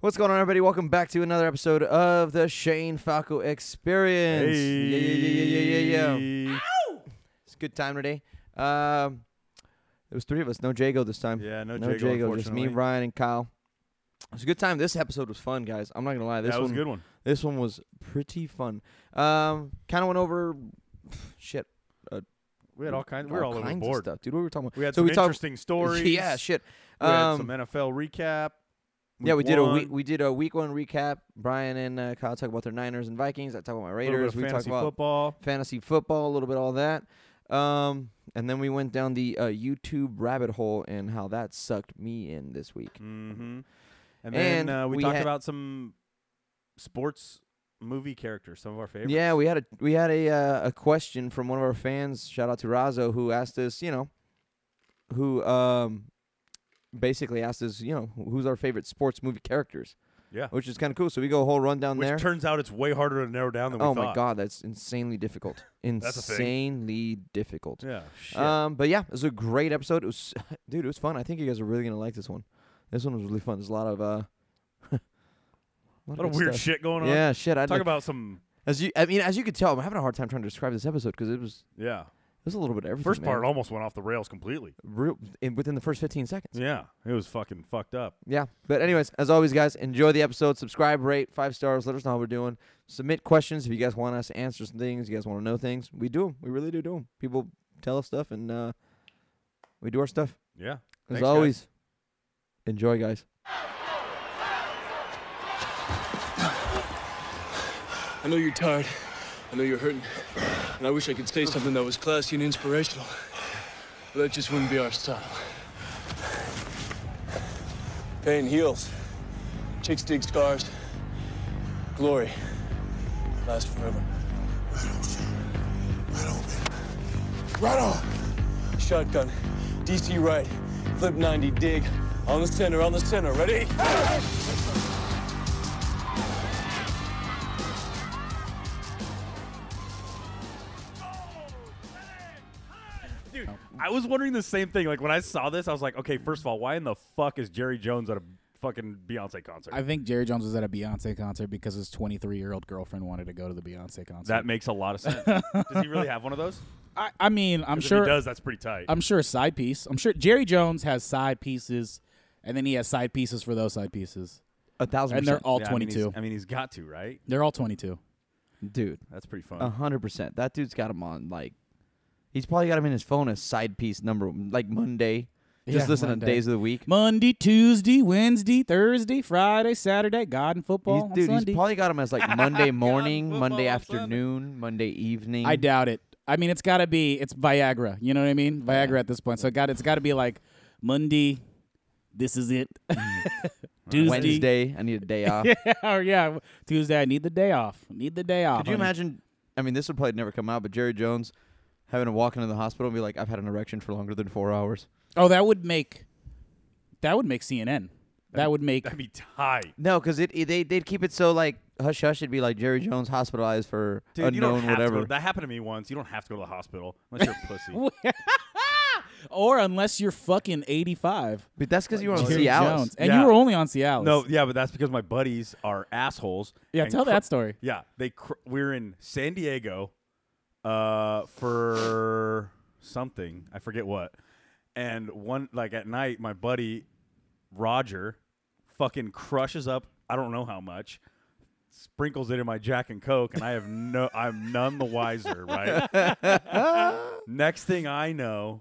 What's going on, everybody? Welcome back to another episode of the Shane Falco Experience. Yeah, yeah, yeah, yeah, yeah, yeah, yeah. It's a good time today. Um, it was three of us. No Jago this time. Yeah, no, no Jago, Jago. Just me, unfortunately. Ryan, and Kyle. It was a good time. This episode was fun, guys. I'm not gonna lie. This that was one, a good one. This one was pretty fun. Um, kind of went over shit. uh, We had all kinds. We were all, over the kinds of board. stuff, dude. What were we talking about? We had So some we talked- interesting stories. yeah, shit. We had some Um, NFL recap. yeah, we Week did a one, week. We did a week one recap. Brian and uh, Kyle talk about their Niners and Vikings. I talk about my a little bit Raiders. of We talked fantasy about football. fantasy football, a little bit all that. Um, and then we went down the uh, YouTube rabbit hole and how that sucked me in this week. Mm-hmm. And then And uh, we, we talked had- about some sports movie characters, some of our favorites. Yeah, we had a we had a uh, a question from one of our fans. Shout out to Razzo who asked us, you know, who um basically asked us, you know, who's our favorite sports movie characters, yeah. which is kind of cool. So we go a whole rundown Which there. turns out it's way harder to narrow down than we oh thought. my god, that's insanely difficult. a thing. insanely difficult. Yeah. Shit. Um, but yeah, it was a great episode. It was, dude, it was fun. I think you guys are really gonna like this one. This one was really fun. There's a lot of uh, a lot of weird shit going on. Yeah, shit. I Talk about some. as you. I mean, as you could tell, I'm having a hard time trying to describe this episode because it was Yeah. it was a little bit of everything. First part man. almost went off the rails completely. real in, within the first 15 seconds. Yeah. Yeah. It was fucking fucked up. but anyways, as always, guys, enjoy the episode. Subscribe, rate, five stars. Let us know how we're doing. Submit questions if you guys want us to answer some things. You guys want to know things, we do 'em. We really do do 'em. People tell us stuff, and uh, we do our stuff. Yeah. As Thanks, guys. always, enjoy, guys. I know you're tired. I know you're hurting. And I wish I could say something that was classy and inspirational. But that just wouldn't be our style. Pain heals. Chicks dig scars. Glory lasts forever. Right on. Shotgun. DC right. Flip 90, dig. On the center, on the center. Ready? Dude, I was wondering the same thing. Like when I saw this, I was like, okay, first of all, why in the fuck is Jerry Jones at a fucking Beyonce concert? I think Jerry Jones was at a Beyonce concert because his 23 year old girlfriend wanted to go to the Beyonce concert. that makes a lot of sense. does he really have one of those? I, I mean, I'm 'Cause sure. If he does, that's pretty tight. I'm sure side piece. I'm sure Jerry Jones has side pieces, and then he has side pieces for those side pieces, A thousand and they're percent, all Yeah, I mean, 22. he's- I mean, he's got to, right? they're all 22. dude. That's pretty fun. Uh-huh. A hundred percent. That dude's got him on like, he's probably got him in his phone as side piece number like Monday. Just Yeah, listen Monday. to days of the week. Monday, Tuesday, Wednesday, Thursday, Friday, Saturday, God and He's, football on dude, Sunday. he's probably got him as like Monday morning, football Monday on Sunday. afternoon, Monday evening. I doubt it. I mean, it's got to be. It's Viagra. You know what I mean? Viagra at this point. So God, it's got to be like Monday. This is it. Tuesday. Wednesday, I need a day off. yeah, or Oh, yeah, Tuesday. I need the day off. Need the day off. Could you honey. imagine? I mean, this would probably never come out, but Jerry Jones having to walk into the hospital and be like, "I've had an erection for longer than four hours." Oh, that would make that would make CNN. That would make That'd be tight. No, because it, it- they they'd keep it so like hush hush. It'd be like Jerry Jones hospitalized for Dude, you don't unknown have To whatever. go, that happened to me once. You don't have to go to the hospital unless you're a pussy. or unless you're fucking 85. but that's because you were on Jerry Cialis. Jones. And Yeah. you were only on Cialis. No, yeah, but that's because my buddies are assholes. Yeah, and tell cr- that story. Yeah, they cr- we're in San Diego uh for something. I forget what. And one like at night my buddy Roger fucking crushes up I don't know how much sprinkles it in my Jack and Coke and I have no I'm none the wiser, right? Next thing I know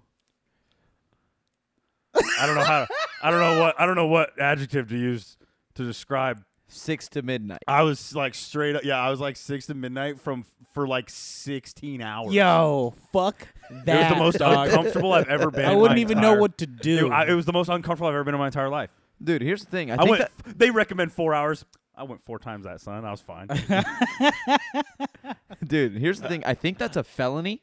I don't know how I don't know what I don't know what adjective to use to describe Six to midnight. I was like straight up. Yeah, I was like six to midnight from for like sixteen hours. Yo, fuck it was that. the most dog. uncomfortable I've ever been. I in wouldn't my even know entire- what to do. Dude, I, it was the most uncomfortable I've ever been in my entire life. Dude, here's the thing. I, I, think went. that, they recommend four hours. I went four times that, son. I was fine. dude, here's the thing. I think that's a felony.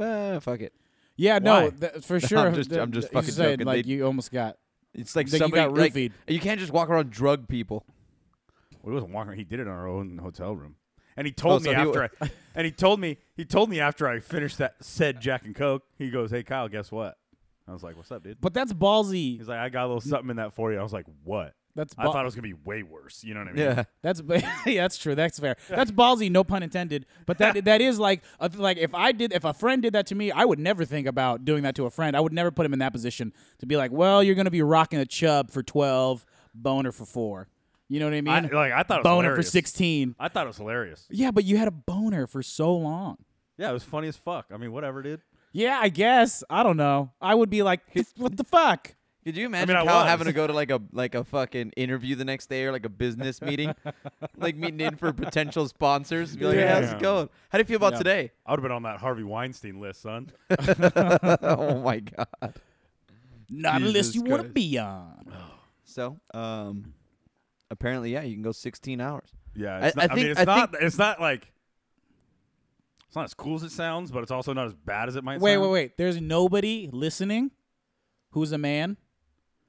Uh, fuck it. yeah, no, Why? th- for sure. just- th- I'm just you fucking said, joking. Like They- you almost got. It's like That you somebody got like, roofied. you can't just walk around drug people. Well, he wasn't walking. He did it in our own hotel room, and he told Oh, so me he after. wa- I, and he told me he told me after I finished that said Jack and Coke. He goes, "Hey Kyle, guess what?" I was like, "What's up, dude?" But that's ballsy. He's like, "I got a little something in that for you." I was like, "What?" that's I ball- thought it was gonna be way worse. You know what I mean? Yeah. That's ba- yeah, that's true. That's fair. That's ballsy, no pun intended. But that that is like a, like if I did if a friend did that to me, I would never think about doing that to a friend. I would never put him in that position to be like, well, you're gonna be rocking a chub for twelve, boner for four. You know what I mean? I, like I thought it was boner hilarious. for sixteen. I thought it was hilarious. Yeah, but you had a boner for so long. Yeah, it was funny as fuck. I mean, whatever, dude. Yeah, I guess I don't know. I would be like, what the fuck? Could you imagine I Kyle was. having to go to like a like a fucking interview the next day or like a business meeting, like meeting in for potential sponsors? Be like, yeah. how's Yeah. it going? How do you feel about Yeah. today? I would have been on that Harvey Weinstein list, son. oh my god. Not Jesus unless you want to Christ. be on. So, um, apparently, yeah, you can go 16 hours. Yeah, I- it's I not, I, think- mean, it's I not. it's not like. It's not as cool as it sounds, but it's also not as bad as it might. Wait, sound. wait, wait. There's nobody listening who's a man.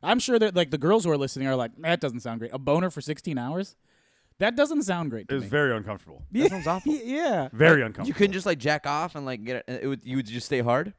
I'm sure that like the girls who are listening are like, that doesn't sound great. A boner for 16 hours? That doesn't sound great. It To was me. very uncomfortable. That sounds awful. yeah. Very uncomfortable. You couldn't just like jack off and like get it. it would, you would just stay hard.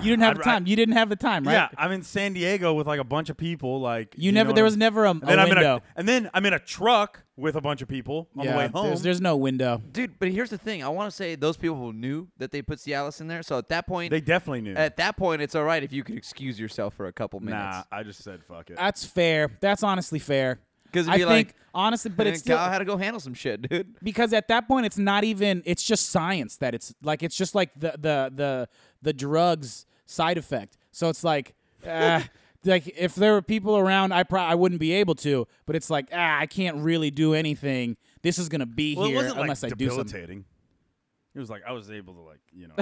You didn't have I'd- the time. I- you didn't have the time, right? Yeah, I'm in San Diego with like a bunch of people. Like You, never. know There what was I'm- never a, a And then I'm in window. a, and then I'm in a truck with a bunch of people on yeah, the way home. There's, there's no window. Dude, but here's the thing. I want to say those people knew that they put Cialis in there. So at that point, they definitely knew. at that point, it's all right if you could excuse yourself for a couple nah, minutes. I just said fuck it. That's fair. That's honestly fair. 'Cause it'd I be think like, honestly, but Man, it's still Kyle had to go handle some shit, dude. because at that point it's not even it's just science that it's like it's just like the the the the drugs side effect so it's like uh, like if there were people around i pro- i wouldn't be able to but it's like ah i can't really do anything this is gonna be well, it here wasn't like unless i do something debilitating. It was like I was able to like you know.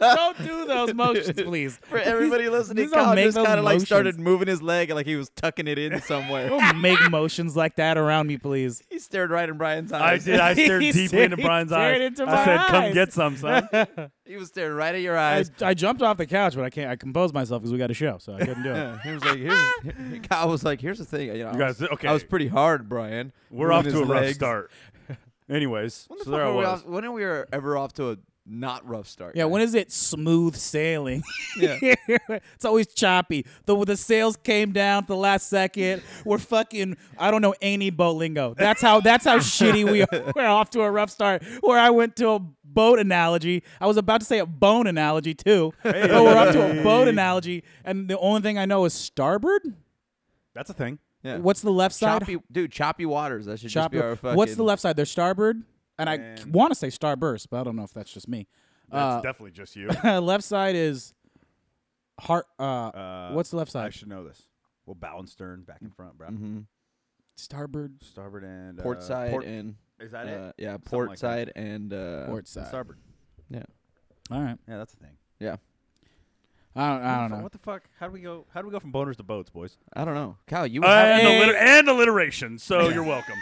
don't do those motions please For everybody Please- listening, please don't Kyle make just those kind of like motions. started moving his leg like he was tucking it in somewhere. don't make motions like that around me please he stared right in Brian's I eyes. did. I He stared deeply stared- into Brian's he eyes. stared into I my said, "Come eyes." get some, son." He was staring right at your I, eyes. I jumped off the couch but i can't i composed myself because we got a show so i couldn't do it He was like, here's, Kyle was like, here's the thing. You, know, You I was- guys- okay. I was pretty hard, Brian. We're Moving off his to a rough legs. start. Anyways, When the so fuck there I were we was. off, when are we are ever off to a not rough start? Yeah, guys? when is it smooth sailing? Yeah. it's always choppy. The the sails came down at the last second. We're fucking I don't know any boat lingo. That's how that's how shitty we are. We're off to a rough start. Where I went to a boat analogy. I was about to say a bone analogy too. But we're up to a boat analogy and the only thing I know is starboard? That's a thing. Yeah. What's the left side? choppy, dude? Choppy waters. That should just be our Choppy. fucking. What's the left side? There's starboard and I Man. want to say starburst, but I don't know if that's just me. That's Uh, definitely just you. left side is heart. Uh, Uh, what's the left I side? should know this. Well, bow and stern, back and front, bro. Starboard, Starboard and Mm-hmm. Port uh, side port- and is that uh, it? yeah, Something port like that. side and uh, port side. Starboard. Yeah, All right. Yeah, that's a thing. yeah. I What don't, I the don't fu- know. What the fuck? How do we go? How do we go from boners to boats, boys? I don't know, Kyle. You And, Hey. alliter- and alliteration. So you're welcome.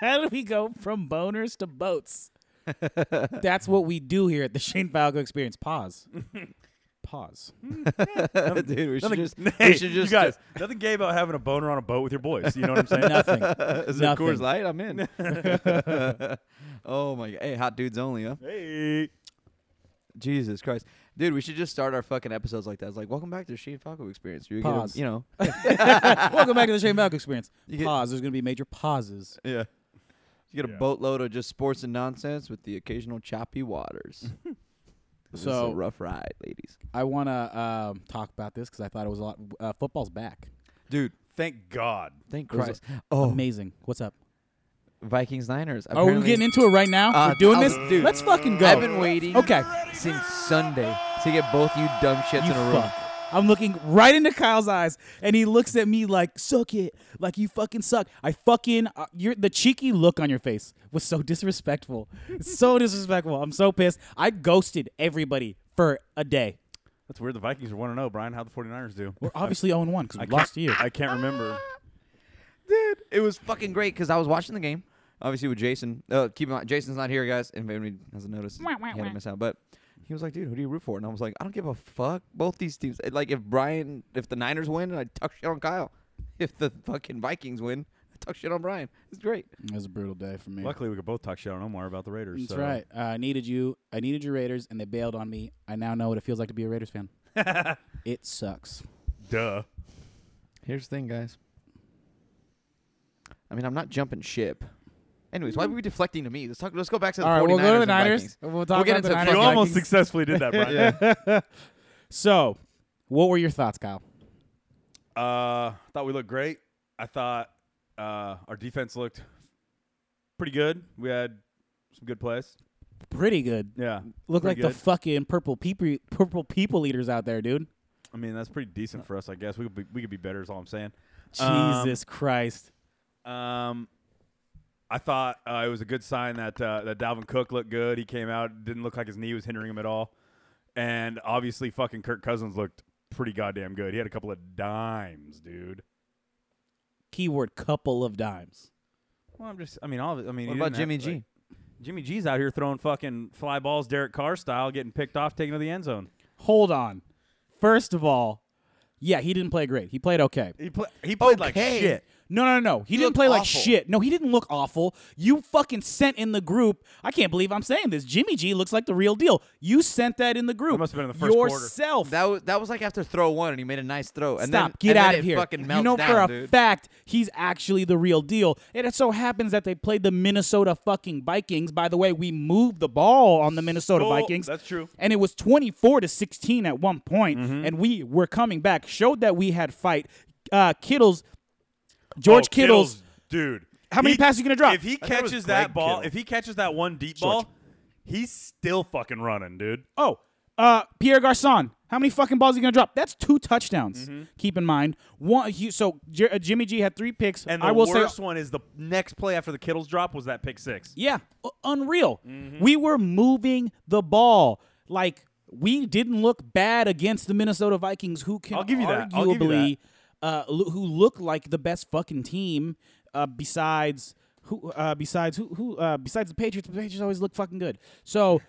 How do we go from boners to boats? That's what we do here at the Shane Falco Experience. Pause. Pause. have, dude. We should Nothing- just, we Hey, should just you guys, nothing gay about having a boner on a boat with your boys. You know what I'm saying? Nothing. Is it Nothing. Coors Light? I'm in. oh my god. Hey, hot dudes only, huh? hey, Jesus Christ. Dude, we should just start our fucking episodes like that. It's like, welcome back to the Shane Falco experience. You get a- Pause. you know. Welcome back to the Shane Falco Experience. You get- Pause. There's going to be major pauses. yeah. You get a Yeah. boatload of just sports and nonsense with the occasional choppy waters. this is a So- rough ride, ladies. I want to um, talk about this because I thought it was a lot. Uh, football's back. Dude, thank God. thank It was Christ. Oh, Amazing. What's up? Vikings Niners. Are we getting into it right now? Uh, We're doing I'll- this? dude. Let's fucking go. I've been waiting Okay. since Sunday to get both you dumb shits you in a room. fuck. I'm looking right into Kyle's eyes, and he looks at me like, "Suck it, like you fucking suck." I fucking, uh, your the cheeky look on your face was so disrespectful, so disrespectful. I'm so pissed. I ghosted everybody for a day. That's weird. The Vikings are one and zero. Brian, how the 49ers do? We're obviously 0 1 because we I lost to you. can't- I can't remember. dude. It was fucking great because I was watching the game, obviously with Jason. Uh, keep in mind, Jason's not here, guys. If anybody hasn't noticed, he had to miss out. But he was like, "Dude, who do you root for?" And I was like, "I don't give a fuck. Both these teams. Uh, Like, if Brian, if the Niners win, I talk shit on Kyle. If the fucking Vikings win, I talk shit on Brian. It's great. It was a brutal day for me. Luckily, we could both talk shit on Omar about the Raiders. That's so. right. Uh, I needed you. I needed your Raiders, and they bailed on me. I now know what it feels like to be a Raiders fan. it sucks. Duh. Here's the thing, guys. I mean, I'm not jumping ship. Anyways, why were we deflecting to me? Let's talk. Let's go back to the All right, 49ers we'll go to the and Niners. Vikings. We'll talk We'll get about into the the Niners. You fucking almost Vikings. successfully did that, Brian. So, what were your thoughts, Kyle? Uh, thought we looked great. I thought uh, our defense looked pretty good. We had some good plays. Pretty good. Yeah, Look like pretty the fucking purple people, purple people eaters out there, dude. I mean, that's pretty decent for us, I guess. We could be, we could be better. Is all I'm saying. Um, Jesus Christ. Um, I thought uh, it was a good sign that uh, that Dalvin Cook looked good. He came out, didn't look like his knee was hindering him at all, and obviously, fucking Kirk Cousins looked pretty goddamn good. He had a couple of dimes, dude. Keyword couple of dimes. Well, I'm just, I mean, all of it. I mean, What he about didn't Jimmy have- G? like, Jimmy G's out here throwing fucking fly balls, Derek Carr style, getting picked off, taken to the end zone. Hold on. First of all, yeah, he didn't play great. He played okay. He play, he played like Okay. shit. No, no, no. He, didn't looked play like awful. shit. No, he didn't look awful. You fucking sent in the group. I can't believe I'm saying this. Jimmy G looks like the real deal. You sent that in the group. must've been in the first quarter. yourself. That was that was like after throw one, and he made a nice throw. And Stop. Then, Get and then out of it here. Fucking you melts know for down, a dude. fact he's actually the real deal. And it so happens that they played the Minnesota fucking Vikings. By the way, we moved the ball on the Minnesota Oh, Vikings. that's true. And it was 24 to 16 at one point, Mm-hmm. and we were coming back. Showed that we had fight. Uh, Kittle's George Oh, Kittle's dude. How many He- passes you gonna drop? If he I thought it was catches that Greg ball, Kittle. if he catches that one deep George. ball, he's still fucking running, dude. Oh, uh, Pierre Garcon. How many fucking balls are you gonna drop? That's two touchdowns. Mm-hmm. Keep in mind. One. He, so J- uh, Jimmy G had three picks. And the I will worst say, one is the next play after the Kittle's drop was that pick six. yeah, u- unreal. Mm-hmm. We were moving the ball like we didn't look bad against the Minnesota Vikings, who can I'll give you that. I'll give you arguably uh, lo- who look like the best fucking team uh, besides. Who uh, besides who who uh, besides the Patriots? The Patriots always look fucking good. So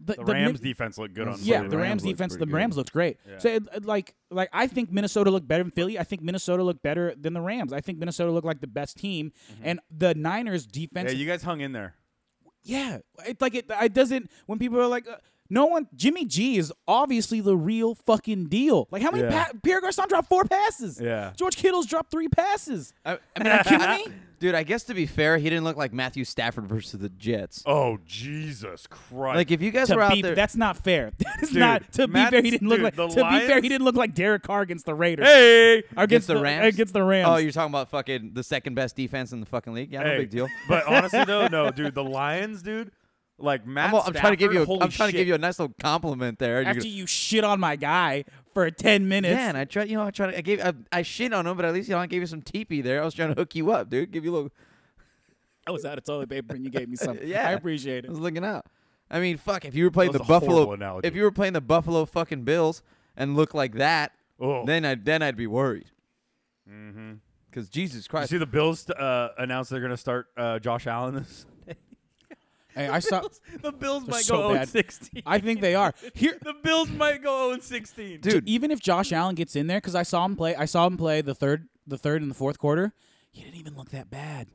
the, The, the Min- Rams defense looked good on Yeah, Sunday the night. Rams, Rams looked defense. The pretty Rams good. looked great. So, it, it- like, like I think Minnesota looked better than Philly. I think Minnesota looked better than the Rams. I think Minnesota looked like the best team, and the Niners Mm-hmm. Yeah, defense. you guys hung in there. yeah, it like it. It doesn't. When people are like, uh, no one. Jimmy G is obviously the real fucking deal. Like, how many? Yeah. Pa- Pierre Garcon dropped four passes. Yeah. George Kittle's dropped three passes. I, I Are mean, you kidding me? dude. I guess to be fair, he didn't look like Matthew Stafford versus the Jets. Oh Jesus Christ! Like if you guys To were out be, there, that's not fair. That is Dude, not to Matt- be fair. He didn't look dude, like the to be fair. Lions- He didn't look like Derek Carr against the Raiders. hey, Or against Against, the Rams. Against the Rams. Oh, you're talking about fucking the second best defense in the fucking league. Yeah, no hey. big deal. But honestly though, no, dude, the Lions, dude, like Matt. I'm, I'm trying to give you. A, Stafford, I'm trying holy to give you a shit. nice little compliment there. and you're after gonna- you shit on my guy for 10 minutes. Man, I tried. You know, I tried. I gave. I, I shit on him, but at least you know I gave you some teepee there. I was trying to hook you up, dude. Give you a little. I was out of toilet paper and you gave me some. Yeah, I appreciate I it. was looking out. I mean, fuck. If you were playing That the was a horrible Buffalo, analogy. if you were playing the Buffalo fucking Bills and look like that, Oh. Mm-hmm. then I then I'd be worried. Because Jesus You Christ, see the Bills uh, announced they're gonna start uh, Josh Allen this. Hey, I saw. The Bills might so oh, go bad. 0-16. I think they are here. The Bills might go 0-16. dude. Even if Josh Allen gets in there, because I saw him play, I saw him play the third, the third and the fourth quarter. He didn't even look that bad.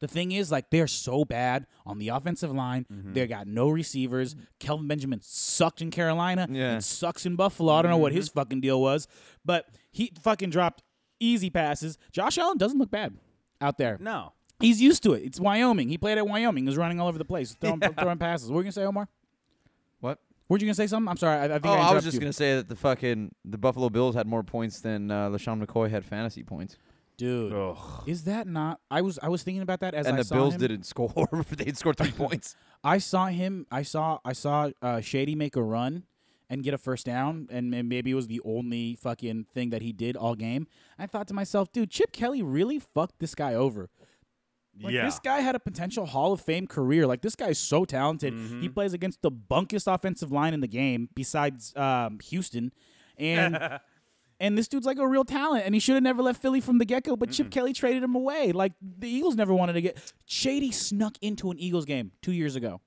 The thing is, like they're so bad on the offensive line. Mm-hmm. They got no receivers. Kelvin Benjamin sucked in Carolina. Yeah. Mm-hmm. and sucks in Buffalo. I don't know what his fucking deal was, but he fucking dropped easy passes. Josh Allen doesn't look bad out there. No. He's used to it. It's Wyoming. He played at Wyoming. He was running all over the place, throwing, throwing passes. What were you gonna say, Omar? What? Were you gonna say something? I'm sorry. I, I think Oh, I, I, was interrupted just you. gonna say that the fucking the Buffalo Bills had more points than uh, LaShawn McCoy had fantasy points, dude. Ugh. Is that not? I was I was thinking about that as and I the saw Bills him. didn't score. they scored three points. I saw him. I saw I saw uh, Shady make a run and get a first down, and, and maybe it was the only fucking thing that he did all game. I thought to myself, dude, Chip Kelly really fucked this guy over. Like yeah. this guy had a potential Hall of Fame career. Like this guy's so talented. He plays against the bunkest offensive line in the game, besides um, Houston, and and this dude's like a real talent. And he should have never left Philly from the get go. But Chip Kelly traded him away. Like the Eagles never wanted to get Shady snuck into an Eagles game two years ago,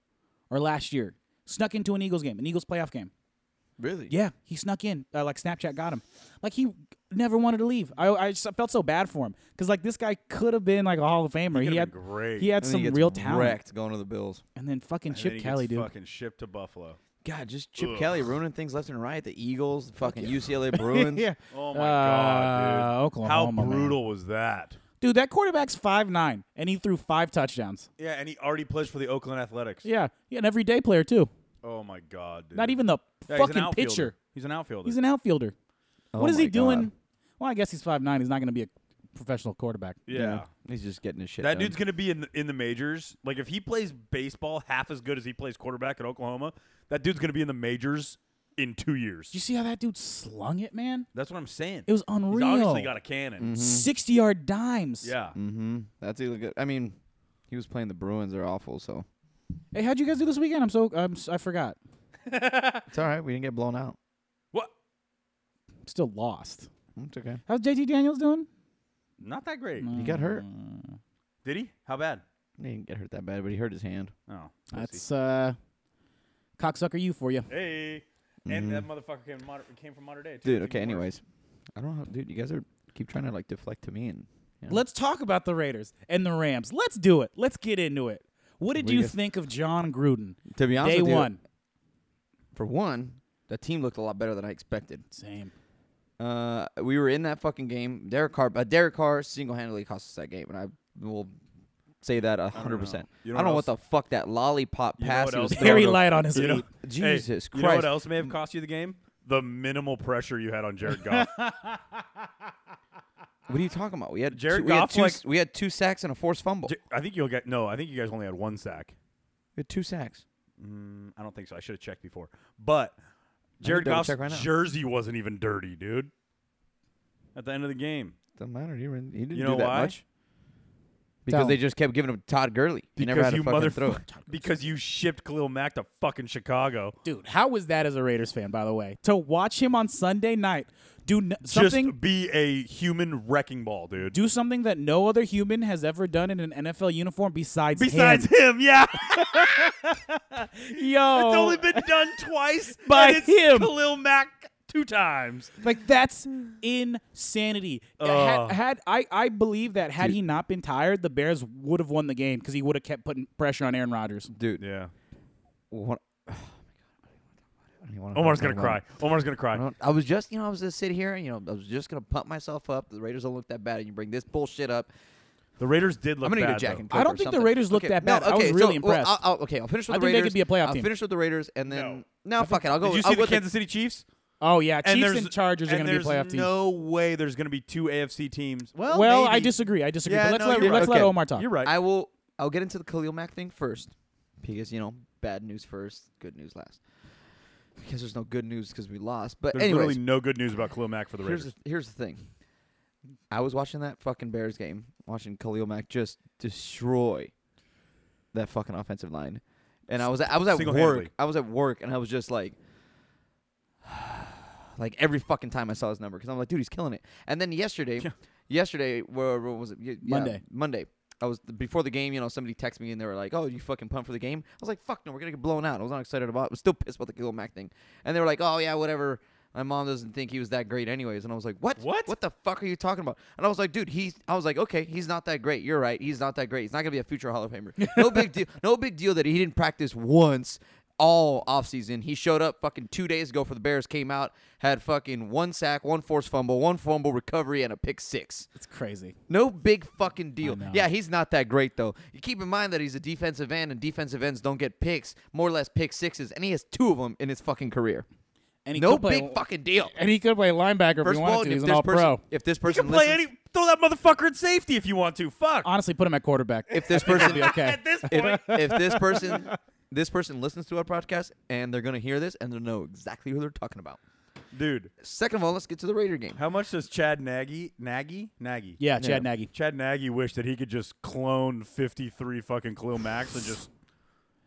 or last year snuck into an Eagles game, an Eagles playoff game. really? Yeah, he snuck in. Uh, like Snapchat got him. Like he never wanted to leave. I I just felt so bad for him because like this guy could have been like a Hall of Famer. He, could've had been great. He had And then some he gets real talent. Wrecked going to the Bills. And then fucking And then Chip he Kelly, gets dude. fucking shipped to Buffalo. God, just Chip Kelly ruining things left and right. The Eagles, the fucking UCLA Bruins. yeah. Oh my god, Uh, dude! Oklahoma, How man. brutal was that? Dude, that quarterback's five nine, and he threw five touchdowns. Yeah, and he already pledged for the Oakland Athletics. Yeah, yeah, an everyday player too. Oh my god, dude! Not even the Yeah, he's an fucking outfielder. pitcher. He's an outfielder. He's an outfielder. Oh what is my he doing? God. Well, I guess he's five nine. He's not going to be a professional quarterback. yeah. He's just getting his shit. That done. dude's gonna be in the, in the majors. Like if he plays baseball half as good as he plays quarterback at Oklahoma, that dude's gonna be in the majors in two years. Did you see how that dude slung it, man? That's what I'm saying. It was Mm. He's obviously unreal. got a cannon. Sixty yard dimes. Yeah. Mm-hmm. That's a good. I mean, he was playing the Bruins. They're awful, so Hey, how'd you guys do this weekend? I'm so I'm si forgot. it's all right. We didn't get blown out. What? Still lost. It's okay. How's JT Daniels doing? Not that great. Mm. He got hurt. Did he? How bad? He didn't get hurt that bad, but he hurt his hand. Oh. pussy. That's uh, cocksucker you for you. Hey. And that motherfucker came, moder- came from modern day. too. Mm-hmm. Dude. It's Okay. even Anyways, worse. I don't know. How, dude, you guys are keep trying to like deflect to me and. you know. Let's talk about the Raiders and the Rams. Let's do it. Let's get into it. What did What do you you guys- think of John Gruden? To be honest Day with you, one. for one, the team looked a lot better than I expected. Same. Uh, we were in that fucking game. Derek Carr, uh, Derek Carr single-handedly cost us that game, and I will say that a hundred percent. I You don't know know, what what the fuck that lollipop You know pass what he was else- throwing Very to- light on his You know, feet. Hey, Jesus You know what Christ. else may have cost you the game? The minimal pressure you had on Jared Goff. What are you talking about? We had Jared two, we had Goff, two, like- we had two sacks and a forced fumble. J- I think you'll get no. I think you guys only had one sack. we had two sacks. Mm, I don't think so. I should have checked before. But Jared double Goff's check right now. jersey wasn't even dirty, dude. At the end of the game, Doesn't matter. He, ran, he didn't you know do that why? much because Tell they him. just kept giving him Todd Gurley. He never Because had a you fucking throw. motherfucker. Because you shipped Khalil Mack to fucking Chicago. Dude, how was that as a Raiders fan, by the way? To watch him on Sunday night do n- something Just be a human wrecking ball, dude. do something that no other human has ever done in an NFL uniform besides Besides him. him, yeah, yo Oh. it's only been done twice By and it's him. Khalil Mack two times. Like that's insanity. Ugh. had, had I, I believe that had he not been tired, the Bears would have won the game because he would have kept putting pressure on Aaron Rodgers. Dude, Yeah, what? Oh my God, I don't even wanna- I don't even wanna Omar's talk gonna about it. cry. Omar's gonna I, cry. don't, I was just, you know, I was just sit here, and you know, I was just gonna pump myself up. The Raiders don't look that bad, and you bring this bullshit up. The Raiders did look. I'm gonna bad, get Jack though. and I Coke don't or think the something. Raiders look okay, that no, bad. I was okay, really so, well, impressed. I'll- I'll- okay, I'll finish with the I think Raiders. they could be a playoff I'll team. finish with the Raiders, and then No. no, fuck it. I'll go. Did you with- see I'll the go with Kansas City Chiefs? Oh yeah, Chiefs and, there's- Chargers are and going to be a there's playoff team. No way. There's going to be two AFC teams. Well, well, I maybe. disagree. I disagree. Yeah, but let's no, let you're let's right. let Okay. Omar talk. You're right. I will. I'll get into the Khalil Mack thing first, because you know, bad news first, good news last. Because there's no good news because we lost. But There's anyways, literally no good news about Khalil Mack for the here's Raiders. the, here's the thing. I was watching that fucking Bears game, watching Khalil Mack just destroy that fucking offensive line, and I was at, I was at Single-handedly. work. I was at work, and I was just like, like every fucking time I saw his number, because I'm like, dude, he's killing it. And then yesterday, Yeah. yesterday, where, where was it? Y- yeah, Monday. Monday. I was before the game. You know, somebody texted me and they were like, "Oh, you fucking pumped for the game." I was like, "Fuck no, we're gonna get blown out." I was not excited about. it. I was still pissed about the Khalil Mack thing. And they were like, "Oh yeah, whatever." My mom doesn't think he was that great, anyways. And I was like, "What? What? What the fuck are you talking about?" And I was like, "Dude, he's." I was like, "Okay, he's not that great. You're right. He's not that great. He's not gonna be a future Hall of Famer. No big deal. No big deal that he didn't practice once." All offseason. He showed up fucking two days ago for the Bears, came out, had fucking one sack, one forced fumble, one fumble recovery, and a pick six. It's crazy. No big fucking deal. know. Yeah, he's not that great though. You keep in mind that he's a defensive end, and defensive ends don't get picks, more or less pick sixes, and he has two of them in his fucking career. And he no could play- big fucking deal. And he could play linebacker if First he of wanted all, to. if He's this an all person, pro. if this person You can play listens- any. Throw that motherfucker at safety if you want to. Fuck. Honestly, put him at quarterback. if this It'll person, be okay. At this point, if, if this person, this person listens to our podcast, and they're gonna hear this, and they'll know exactly who they're talking about. dude. Second of all, let's get to the Raider game. How much does Chad Nagy, Nagy, Nagy? yeah, Chad Nagy. Chad Nagy wish that he could just clone 53 fucking Khalil Max and just.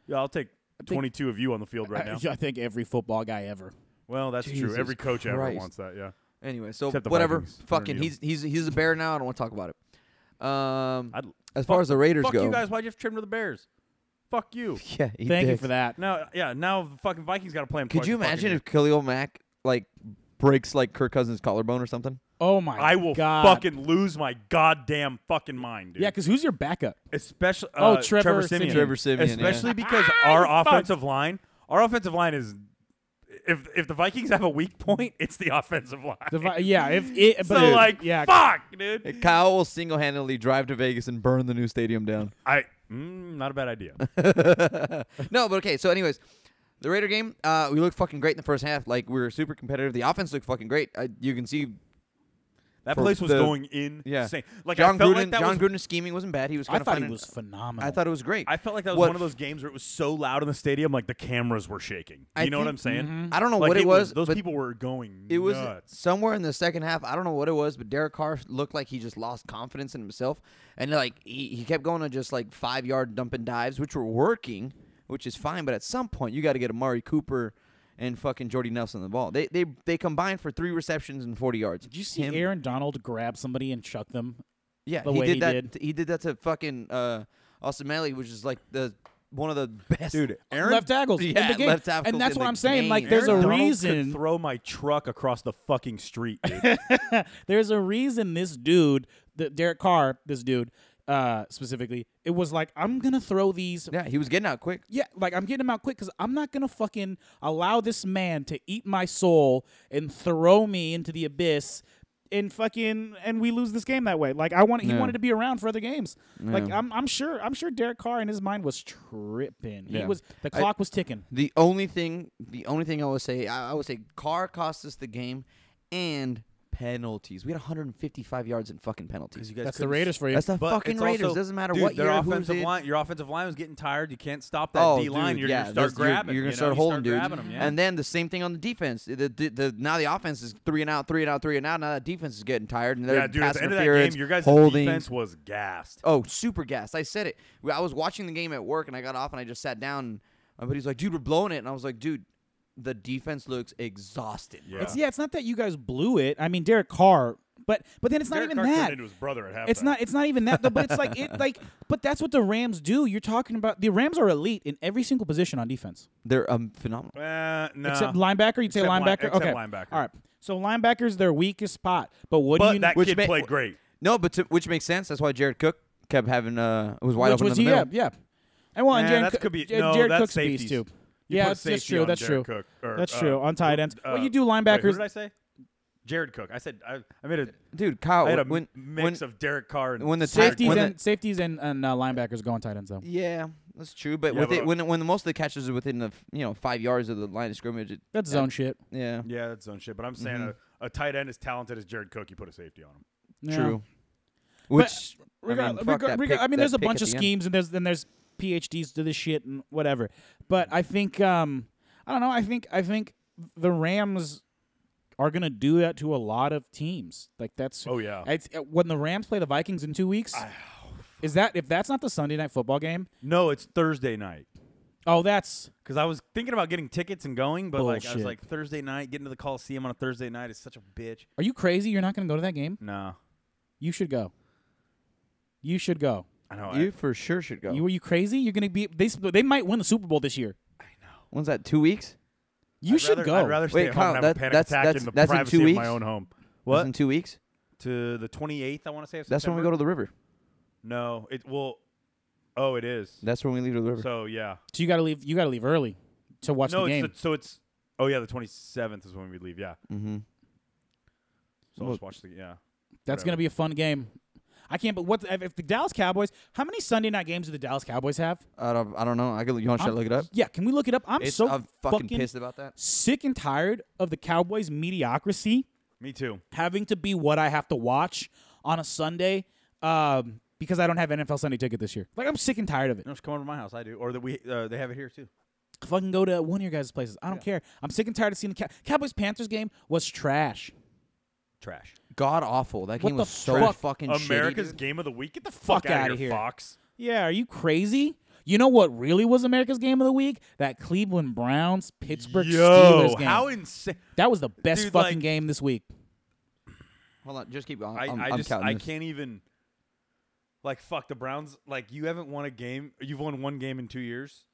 Yeah, I'll take 22 of you on the field right now. I, I think every football guy ever. Well, that's true. Uh, Jesus Every coach ever Christ. wants that. Yeah. Anyway, so Except the whatever. Vikings. I don't Fucking, need he's he's he's a bear now. I don't want to talk about it. Um, I'd, as far as the Raiders fuck go, you guys. Why'd you have to trim to the Bears? Fuck you. yeah, he Thank you dicks. for that. Now, yeah. Now the fucking Vikings got to play him. Could twice you a fucking imagine year. if Khalil Mack like breaks like Kirk Cousins' collarbone or something? Oh my I will God. fucking lose my goddamn fucking mind, dude. Yeah, because who's your backup? especially Oh, uh, Trevor Ah, Siemian. Siemian. Trevor Siemian, yeah. especially because our offensive line, Our offensive line is if if the Vikings have a weak point, it's the offensive line. The Vi- yeah, if it, but so like yeah, fuck, dude. Kyle will single handedly drive to Vegas and burn the new stadium down. I mm, not a bad idea. no, but okay. So, anyways, the Raider game, uh, we looked fucking great in the first half. Like we were super competitive. The offense looked fucking great. Uh, you can see, That For place was the- going insane. yeah. Like John I felt Gruden, like that John was Gruden's scheming wasn't bad. He was. I kinda thought he finding- was phenomenal. I thought it was great. I felt like that was What- one of those games where it was so loud in the stadium, like the cameras were shaking. You I know what think- I'm saying? Mm-hmm. I don't know Like, what it was. Those but people were going. It was nuts. somewhere in the second half. I don't know what it was, but Derek Carr looked like he just lost confidence in himself, and like he, he kept going on just like five yard dump and dives, which were working, which is fine. But at some point, you got to get Amari Cooper and fucking Jordy Nelson the ball. They they they combined for three receptions and forty yards. Did you see him? Aaron Donald grab somebody and chuck them? Yeah, the he way did he that. did? He did that to fucking uh, Austin Manley, which is like the one of the best. Dude, Aaron left tackles in Yeah, the game, left tackles and that's in what the I'm saying. Like, game. there's Aaron a Donald could reason. throw my truck across the fucking street, dude. There's a reason this dude, the Derek Carr, this dude uh, specifically, it was like I'm gonna throw these. Yeah. Yeah, he was getting out quick. like I'm getting him out quick because I'm not gonna fucking allow this man to eat my soul and throw me into the abyss. And fucking, and we lose this game that way. Like I want, he Yeah. wanted to be around for other games. Like Yeah. I'm, I'm sure, I'm sure Derek Carr in his mind was tripping. He Yeah. was, the I- clock was ticking. The only thing, the only thing I would say, I, I would say Carr cost us the game, and penalties. We had 155 yards in fucking penalties. That's the Raiders for you. That's the But fucking it's Raiders. Also, Doesn't matter dude, what their year who's offensive in. line. Your offensive line was getting tired. You can't stop that oh, D line. dude, You're yeah, gonna start that's- you're- You're, grabbing. gonna you know? start You holding, dude. grabbing 'em, yeah. And then the same thing on the defense. The, the, the now the offense is three and out, three and out, three and out. Now that defense is getting tired, and they're yeah, dude. At pass the end of that interference, game, your guys' holding. defense was gassed. Oh, super gassed. I said it. We- I was watching the game at work and I got off and I just sat down. And my buddy's like, dude, we're blowing it. And I was like, dude, the defense looks exhausted. bro." Yeah. It's yeah, it's not that you guys blew it. I mean, Derek Carr, but but then it's not Derek even Carr turned that. into his brother at halftime. It's not. It's not even that. Though, but it's like it. Like, but that's what the Rams do. You're talking about the Rams are elite in every single position on defense, They're um, phenomenal. Uh, no. except linebacker. You'd say Except line- linebacker. except okay, linebacker. All right. So linebacker's their weakest spot. But what do But you? that Which kid ma- played great. No, but to, which makes sense. That's why Jared Cook kept having uh was wide which open was in the yeah, middle. yeah. And well, and Nah, Jared, that's Cook- could be- Jared, no, Jared that's Cook's a beast safeties. too. You yeah, put that's, that's safety true. on That's Jared true. Cook, or, that's uh, true. On tight who- ends, uh, well, you do wait, who linebackers. did I say? Jared Cook. I said I, I made a Dude, Kyle, I had a Oh, when, m- mix when, of Derek Carr and when the tape- Jared safeties when and the- safeties and, and uh, linebackers go on tight ends though. yeah, that's true. But Yeah, with but- it, when when most of the catches are within the f- you know five yards of the line of scrimmage, it, That's zone shit. yeah, Yeah, that's own shit. But I'm saying Mm-hmm. a, a tight end as talented as Jared Cook, you put a safety on him. Yeah. true. Which I Regar- mean, fuck regar- that regar- pick- I mean that there's a pick bunch at of the end. schemes and there's and there's PhDs to this shit and whatever. But I think um I don't know, I think I think the Rams are going to do that to a lot of teams. Like that's Oh, yeah. It's, uh, when the Rams play the Vikings in 2 weeks. is that if that's not the Sunday night football game? No, it's Thursday night. Oh, that's Because I was thinking about getting tickets and going, but like I was Bullshit. like Thursday night, getting to the Coliseum on a Thursday night is such a bitch. Are you crazy? You're not going to go to that game? No, You should go. You should go. I know. you for sure should go. You are you crazy? You're going to be they s- they might win the Super Bowl this year. When's that? Two weeks? You I, I'd should rather- go. I'd rather stay Wait, at Kyle, home and have that- a panic that's- attack that's- in the that's in two privacy of my weeks? own home. That's What In two weeks? to the 28th? I want to say. Of That's when we go to the river. No, it will. Oh, it is. That's when we leave to the river. So yeah. So you got to leave you got to leave early to watch no, the game. it's the, so it's. Oh yeah, the 27th is when we leave. Yeah. mm-hmm. So Well- let's watch the yeah. That's going Whatever. to be a fun game. I can't. But what if- if the Dallas Cowboys? How many Sunday night games do the Dallas Cowboys have? I don't. I don't know. I could. You want to I'm- look it up? Yeah, can we look it up? I'm It's- so I'm fucking pissed about that. Sick and tired of the Cowboys mediocrity Me too. having to be what I have to watch on a Sunday um, because I don't have NFL Sunday ticket this year. Like I'm sick and tired of it. No, just come over to my house. I do, or that we uh, they have it here too. Fucking go to one of your guys' places. I don't care. I'm sick and tired of seeing the Cow- Cowboys Panthers game was trash. Trash. God awful. That What game the was so fuck? fucking shitty, America's dude. game of the week. Get the Fuck fuck, out outta of here. here, Fox. Yeah, are you crazy? You know what really was America's game of the week? That Cleveland Browns Pittsburgh Steelers game. how insane! That was the best Dude, fucking like- game this week. Hold on. Just keep going. I, I'm, I I'm just counting I this. can't even. Like fuck the Browns. Like you haven't won a game. You've won one game in two years,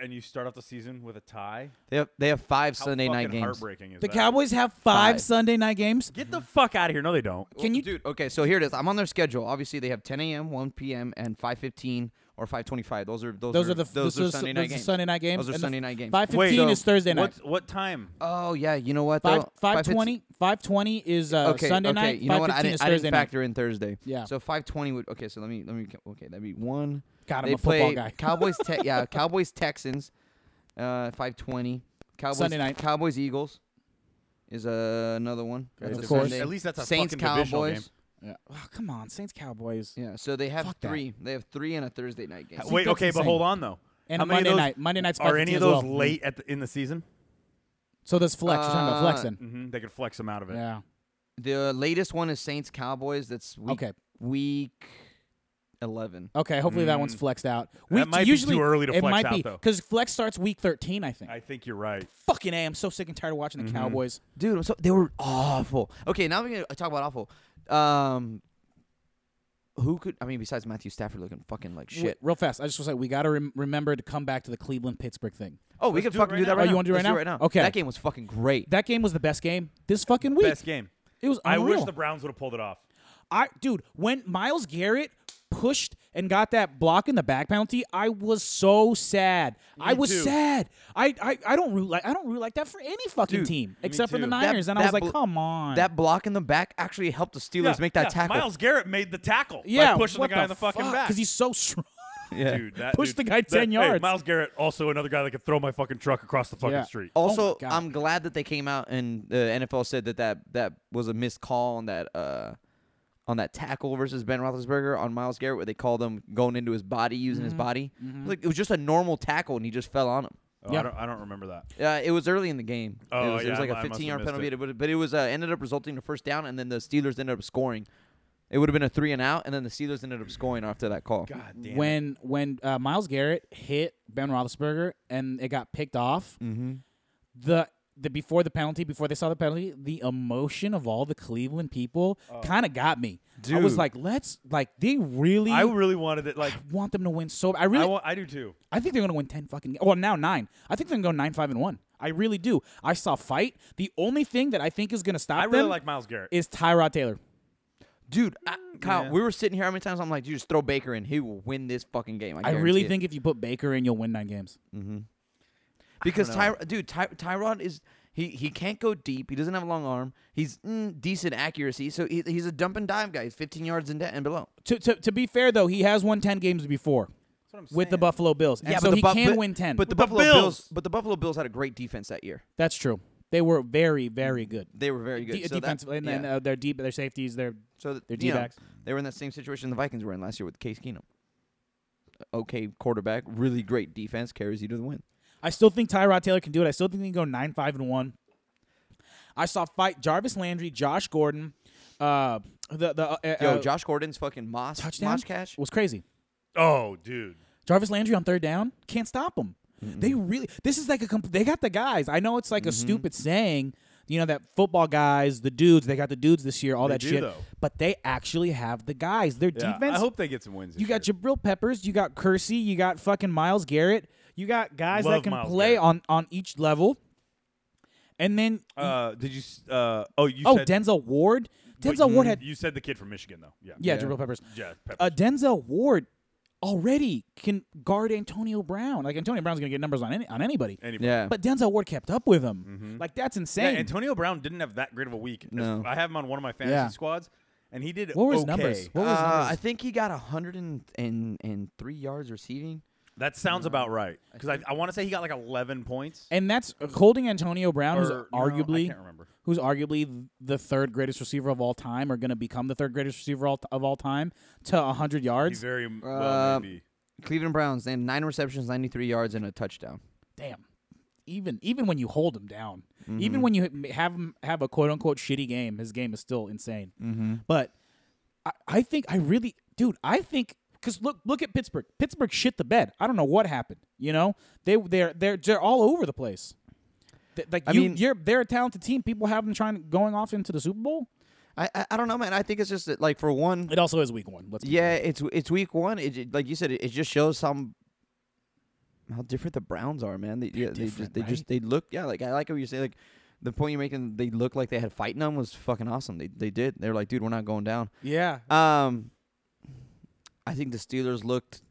and you start off the season with a tie. They have they have five How Sunday night fucking games. Heartbreaking is The that? Cowboys have five, Five. Sunday night games. Get the fuck out of here! No, they don't. Can you dude? Okay, so here it is. I'm on their schedule. Obviously, they have 10 a.m., 1 p.m., and 5:15 or 5:25. Those are those, Those are the those this are is- Sunday those night are games. Sunday night games. Those are and the Sunday night games. 5:15 so is Thursday night. What, what time? Oh yeah, you know what? Five though? five 5:15 twenty five twenty is uh, okay, Sunday okay. night. You know what? I 5:15 is didn't, I Thursday didn't night. factor in Thursday. Yeah. So 5:20 would okay. So let me let me okay. That'd be one. God, I'm they a play football guy. Cowboys. Te- yeah, Cowboys Texans. Uh, 5:20. Cowboys. Sunday night. Cowboys Eagles is uh, another one. That's Of a course. Sunday. At least that's a Saints fucking divisional Cowboys. Yeah. Oh, come on, Saints Cowboys. Yeah. So they have Fuck that. three. They have three and a Thursday night game. See, Wait, that's okay, but insane. hold on though. And How many a of Monday those- night. Monday night's Are 5:15 any of as those well. Mm-hmm. late at the, in the season? So there's flex. You're talking about Uh, flexing. Mm-hmm. They could flex them out of it. Yeah. The latest one is Saints Cowboys. That's week Okay. week eleven. Okay. Hopefully that Hmm. one's flexed out. Week might be too usually early to it flex might out, be though. because flex starts week 13, I think. I think you're right. Fucking a, I'm so sick and tired of watching the Mm-hmm. Cowboys. Dude, I'm so they were awful. Okay, now we're gonna uh, talk about awful. Um, who could I mean besides Matthew Stafford looking fucking like Wait, shit? real fast. I just was like, we got to rem- remember to come back to the Cleveland Pittsburgh thing. Oh, we Let's could do it fucking right do that now. right Oh, now. you wanna do it Let's right do now? it right now? Okay. that game was fucking great. That game was the best game this fucking week. Best game. It was I unreal. wish the Browns would have pulled it off. I dude, when Miles Garrett pushed and got that block in the back penalty, I was so sad. I was too. sad. I, I I don't root like I don't root like that for any fucking Dude, team except for the too. That- Niners, and I that was like, bl- come on. That block in the back actually helped the Steelers make that tackle. Miles Garrett made the tackle yeah, by pushing the guy in the fucking back. because he's so strong. Yeah. dude, that Push dude- the guy that- 10 hey, yards. Miles Garrett, also another guy that could throw my fucking truck across the fucking Yeah. street. Oh Also, my God. I'm glad that they came out and the NFL said that that, that was a missed call on that uh, on that tackle versus Ben Roethlisberger on Miles Garrett, where they called him going into his body using Mm-hmm. his body. Like it was just a normal tackle, and he just fell on him. Oh, Yeah. I, don't, I don't remember Uh, that. it was early in the game. it Oh, was, it yeah, was like I a must have 15 yard missed penalty, it. but but it was uh, ended up resulting in a first down, and then the Steelers ended up scoring. It would have been a three and out, and then the Steelers ended up scoring after that call. God damn. it. when when uh, Miles Garrett hit Ben Roethlisberger and it got picked off, Mm-hmm. the the before the penalty, before they saw the penalty, the emotion of all the Cleveland people Oh. kind of got me. I was Dude. like, let's like they really. I really wanted it. Like want them to win so. I really. I, wa- I do too. I think they're going to win 10 fucking well now 9. I think they're going to go 9 5 and 1. I really do. I saw fight. The only thing that I think is going to stop I really them like Miles Garrett. is Tyrod Taylor. Dude, I, Kyle, we were sitting here how many times I'm like, dude, just throw Baker in. He will win this fucking game. I I, really guarantee it. think if you put Baker in you'll win 9 games. because Ty, dude, Ty, Tyrod is he he can't go deep. He doesn't have a long arm. He's mm, decent accuracy, so he, he's a dump and dive guy. He's 15 yards and, da- and below. To, to, to be fair though, he has won 10 games before with the Buffalo Bills. And so the he Bu- can but- win 10. But the, the Buffalo Bills. Bills. but the Buffalo Bills had a great defense that year. that's true. They were very very good. They were very good. De- so that- defensively and then yeah. uh, their deep their safeties, their So that, They're you know, D-backs. they were in that same situation the Vikings were in last year with Case Keenum. Okay, quarterback, really great defense carries you to the win. I still think Tyrod Taylor can do it. I still think he can go nine five and one. I saw fight Jarvis Landry, Josh Gordon, uh, the the uh, Yo, uh, Josh Gordon's fucking Moss touchdown Moss catch. was crazy. oh, dude. Jarvis Landry on third down can't stop him. They really this is like a comp- they got the guys. I know it's like a Mm-hmm. stupid saying, you know that football guys, the dudes, they got the dudes this year, all They that do, shit. though. But they actually have the guys. Their Yeah, defense. I hope they get some wins. This you got year. Jabril Peppers, you got Kersey, you got fucking Miles Garrett, you got guys that Love can Myles play Garrett. on on each level. And then Uh, did you? s- Uh, oh, you. oh, said, Denzel Ward. wait, Denzel Ward you- had You said the kid from Michigan though. Yeah. yeah, Jabril Peppers. Yeah. Peppers. Uh, Denzel Ward already can guard Antonio Brown. Like Antonio Brown's gonna get numbers on any, on anybody. Anyway. Yeah, But Denzel Ward kept up with him. Like that's Mm-hmm. Yeah, insane. Antonio Brown didn't have that great of a week. No. I have him on one of my fantasy Yeah. squads, and he did what were his okay. numbers? What were his uh, numbers? I think he got a hundred and and and three yards receiving. That sounds about right. Because I, I want to say he got like 11 points. and that's holding Antonio Brown, who's Or- no, I arguably can't remember. who's arguably the third greatest receiver of all time, or going to become the third greatest receiver all of all time to hundred He yards. very m- Uh, well may be. Cleveland Browns they had nine receptions, ninety three yards, and a touchdown. Damn. Even even when you hold him down, Mm-hmm. even when you ha- have him have a quote unquote shitty game, his game is still insane. Mm-hmm. But I, I think I really, dude, I think because look look at Pittsburgh. Pittsburgh shit the bed. I don't know what happened. You know they they're they're they're all over the place. Th- like I you, mean- you're they're a talented team. People have them trying going off into the Super Bowl. I, I I don't know, man. I think it's just that, like for one, It also is Week One. Let's be yeah, it's it's week one. It, it- like you said, it, it just shows some how different the Browns are, man. They yeah, they just different, they just they look yeah. Like I like how you say like the point you're making. They look like they had fight in them was fucking awesome. They they did. They're like, dude, we're not going down. yeah. Um, I think the Steelers looked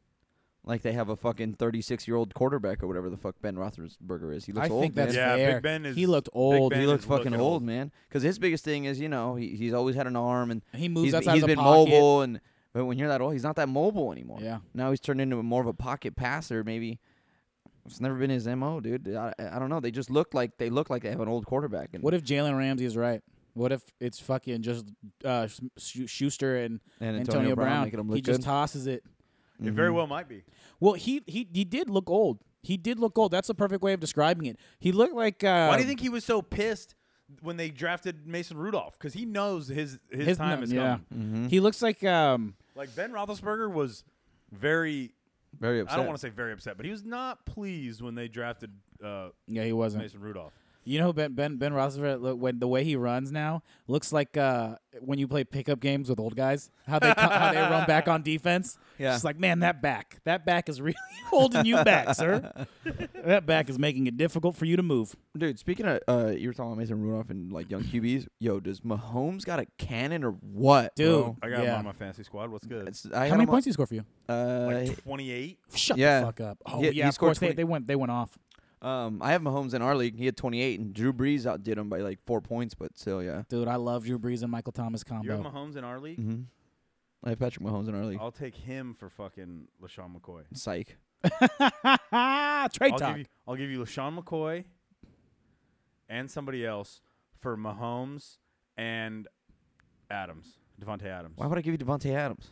like they have a fucking 36 year old quarterback or whatever the fuck Ben Roethlisberger is. He looks I old. think that's man. Yeah, Big fair. Ben is- he looked Big old. Ben he is looks fucking looking old, old. man. Because his biggest thing is, you know, he, he's always had an arm and He moves he's, outside he's the been pocket. mobile. And but when you're that old, he's not that mobile anymore. Yeah. Now he's turned into more of a pocket passer. Maybe it's never been his mo, dude. I, I don't know. They just look like they look like they have an old quarterback. And, What if Jalen Ramsey is right? What if it's fucking just uh, Sch- Schuster and, And Antonio, Antonio Brown? Brown making 'em he look just good? tosses it. It very Mm-hmm. well might be. Well, he, he he did look old. He did look old. That's the perfect way of describing it. He looked like. Uh, Why do you think he was so pissed when they drafted Mason Rudolph? Because he knows his his, his time no- is yeah. coming. Mm-hmm. He looks like um, Like Ben Roethlisberger was very. very upset. I don't want to say very upset, but he was not pleased when they drafted uh, Mm. yeah, he wasn't. Mason Rudolph. You know Ben Ben Ben Roethlisberger look, when the way he runs now looks like uh, when you play pickup games with old guys how they co- how they run back on defense. Yeah. it's like man that back that back is really holding you back, sir. that back is making it difficult for you to move. Dude, speaking of, uh, you were talking about Mason Rudolph and like young QBs. Yo, does Mahomes got a cannon or what, Dude, bro? I got him yeah. on my fantasy squad. What's good? It's- I How had many him on- points did he score for you? Uh, like twenty eight. Shut Yeah. the fuck up. Oh He- yeah, he of scored course they, 20 they went they went off. um, I have Mahomes in our league. He had 28, and Drew Brees outdid him by like four points. But still, yeah, Mm-hmm. Dude, I love Drew Brees and Michael Thomas You have combo. Mahomes in our league. I have Patrick Mahomes in our Oh. league. I'll take him for fucking Lashawn McCoy. Psych. Trade I'll talk. give you I'll give you LaShawn McCoy and somebody else for Mahomes and Adams. Devontae Adams. Why would I give you Devonte Adams?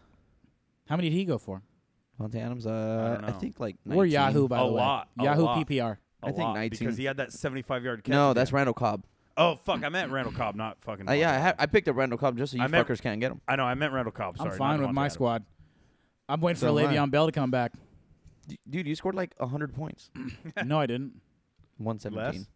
How many did he go for? Devonte Adams, uh, don't I, know. Oh, think like 19. We're Yahoo by A the way. lot, a Yahoo lot. PPR. A I think lot, 19. because he had that seventy five yard catch. No, at the that's end. Randall Cobb. Oh fuck, I meant Randall Cobb, not fucking Uh, yeah, I, Devontae ha- Adams. I picked up Randall Cobb just so you I meant- fuckers can't get him. I know, I meant Randall Cobb, sorry. not I'm fine with Devontae my Adams. squad. I'm waiting So for am I. Le'Veon Bell to come back. D- Dude, you scored like 100 points. no, I didn't. 117. Less?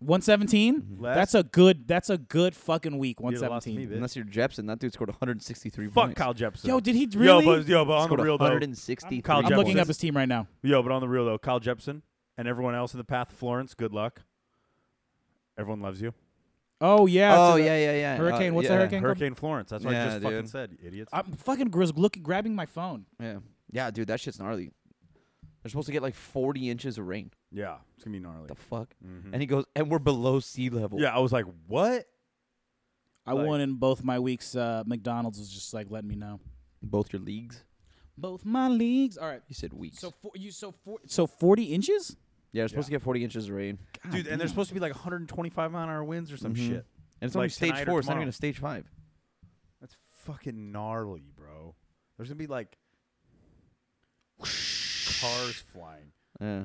117. Less? That's a good. That's a good fucking week. You'd have lost 117. me, bitch. Unless you're Jepson, that dude scored 163 Fuck points. Kyle Jepsen. Yo, did he Yo, really? but yo, but on scored the real though. 163 Kyle I'm Jepsen. looking up Jefferson. his team right now. Yo, but on the real though, Kyle Jepsen and everyone else in the path of Florence, good luck. Everyone loves you. Oh yeah. Oh to the- yeah, yeah, yeah. Hurricane. Uh, What's yeah. the hurricane? called? Hurricane Florence. That's what I Yeah, just fucking dude. said, you idiots. I'm fucking grizz looking, grabbing my phone. Yeah, yeah, dude, that shit's gnarly. They're supposed to get like 40 inches of rain. yeah, it's gonna be gnarly. The fuck? Hmm. And he goes, and we're below sea level. Yeah, I was like, what? I Like- won in both my weeks. Uh, McDonald's was just like letting me know. Both your leagues. Both my leagues. All right. You said weeks. So for, you so for, so 40 inches. yeah, they're supposed to get 40 inches of rain. Dude, and they're supposed to be like 125 mile an hour winds or some shit. And it's Like only stage tonight or four. It's not tomorrow. even a stage five. That's fucking gnarly, bro. There's gonna be like cars flying. Yeah,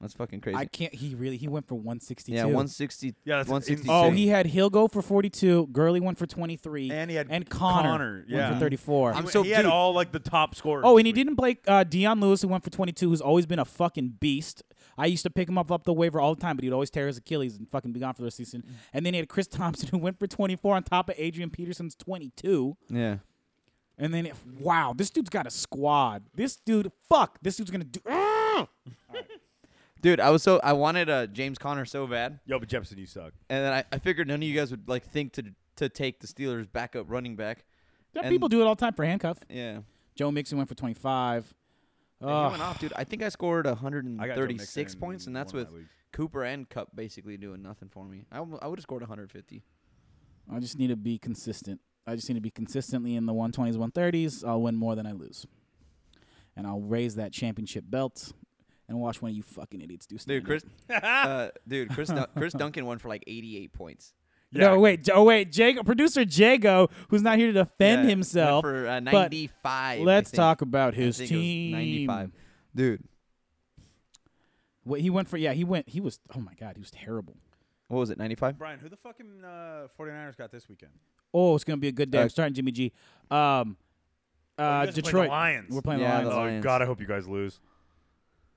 that's fucking crazy. I can't. He really. He went for 162. yeah, 160. Yeah, that's 162. Oh, insane. he had Hill go for 42. Gurley went for 23. And he had Connor, Connor, went yeah. for 34. He, I'm so he had dude. all like the top scorers. Oh, this and he week. didn't play uh, Dion Lewis, who went for 22, who's always been a fucking beast. I used to pick him up up the waiver all the time, but he'd always tear his Achilles and fucking be gone for the season. Mm. And then he had Chris Thompson, who went for 24 on top of Adrian Peterson's 22. Yeah. And then, if, wow, this dude's got a squad. This dude, fuck, this dude's gonna do. Dude, I was so I wanted uh, James Conner so bad, Yo, but Jepson, you suck. and then I, I figured none of you guys would like think to to take the Steelers backup running back. Yeah, And- people do it all the time for handcuff. Yeah, Joe Mixon went for 25. And he Ugh. went off, dude. I think I scored I got Joe 136 Mixon points, and that's won with that league. Cooper and Cup basically doing nothing for me. I, w- I would have scored 150. I just need to be consistent. I just need to be consistently in the 120s, 130s. I'll win more than I lose. And I'll raise that championship belt and watch one of you fucking idiots do stand Dude, Chris, uh, dude, Chris, Dun- Chris Duncan won for like 88 points. No, wait. Oh, wait. Jago, producer Jago, who's not here to defend Yeah, himself. went for uh, but 95. I Let's think. talk about I his think it was team. 95, dude. What he went for? Yeah, he went. He was. Oh my god, he was terrible. What was it? 95. Brian, who the fucking uh, 49ers got this weekend? Oh, it's gonna be a good day. I'm Uh, starting Jimmy G. Um, uh, you guys are playing the Detroit. Lions. We're playing Yeah, the the Lions. Oh Lions. God, I hope you guys lose.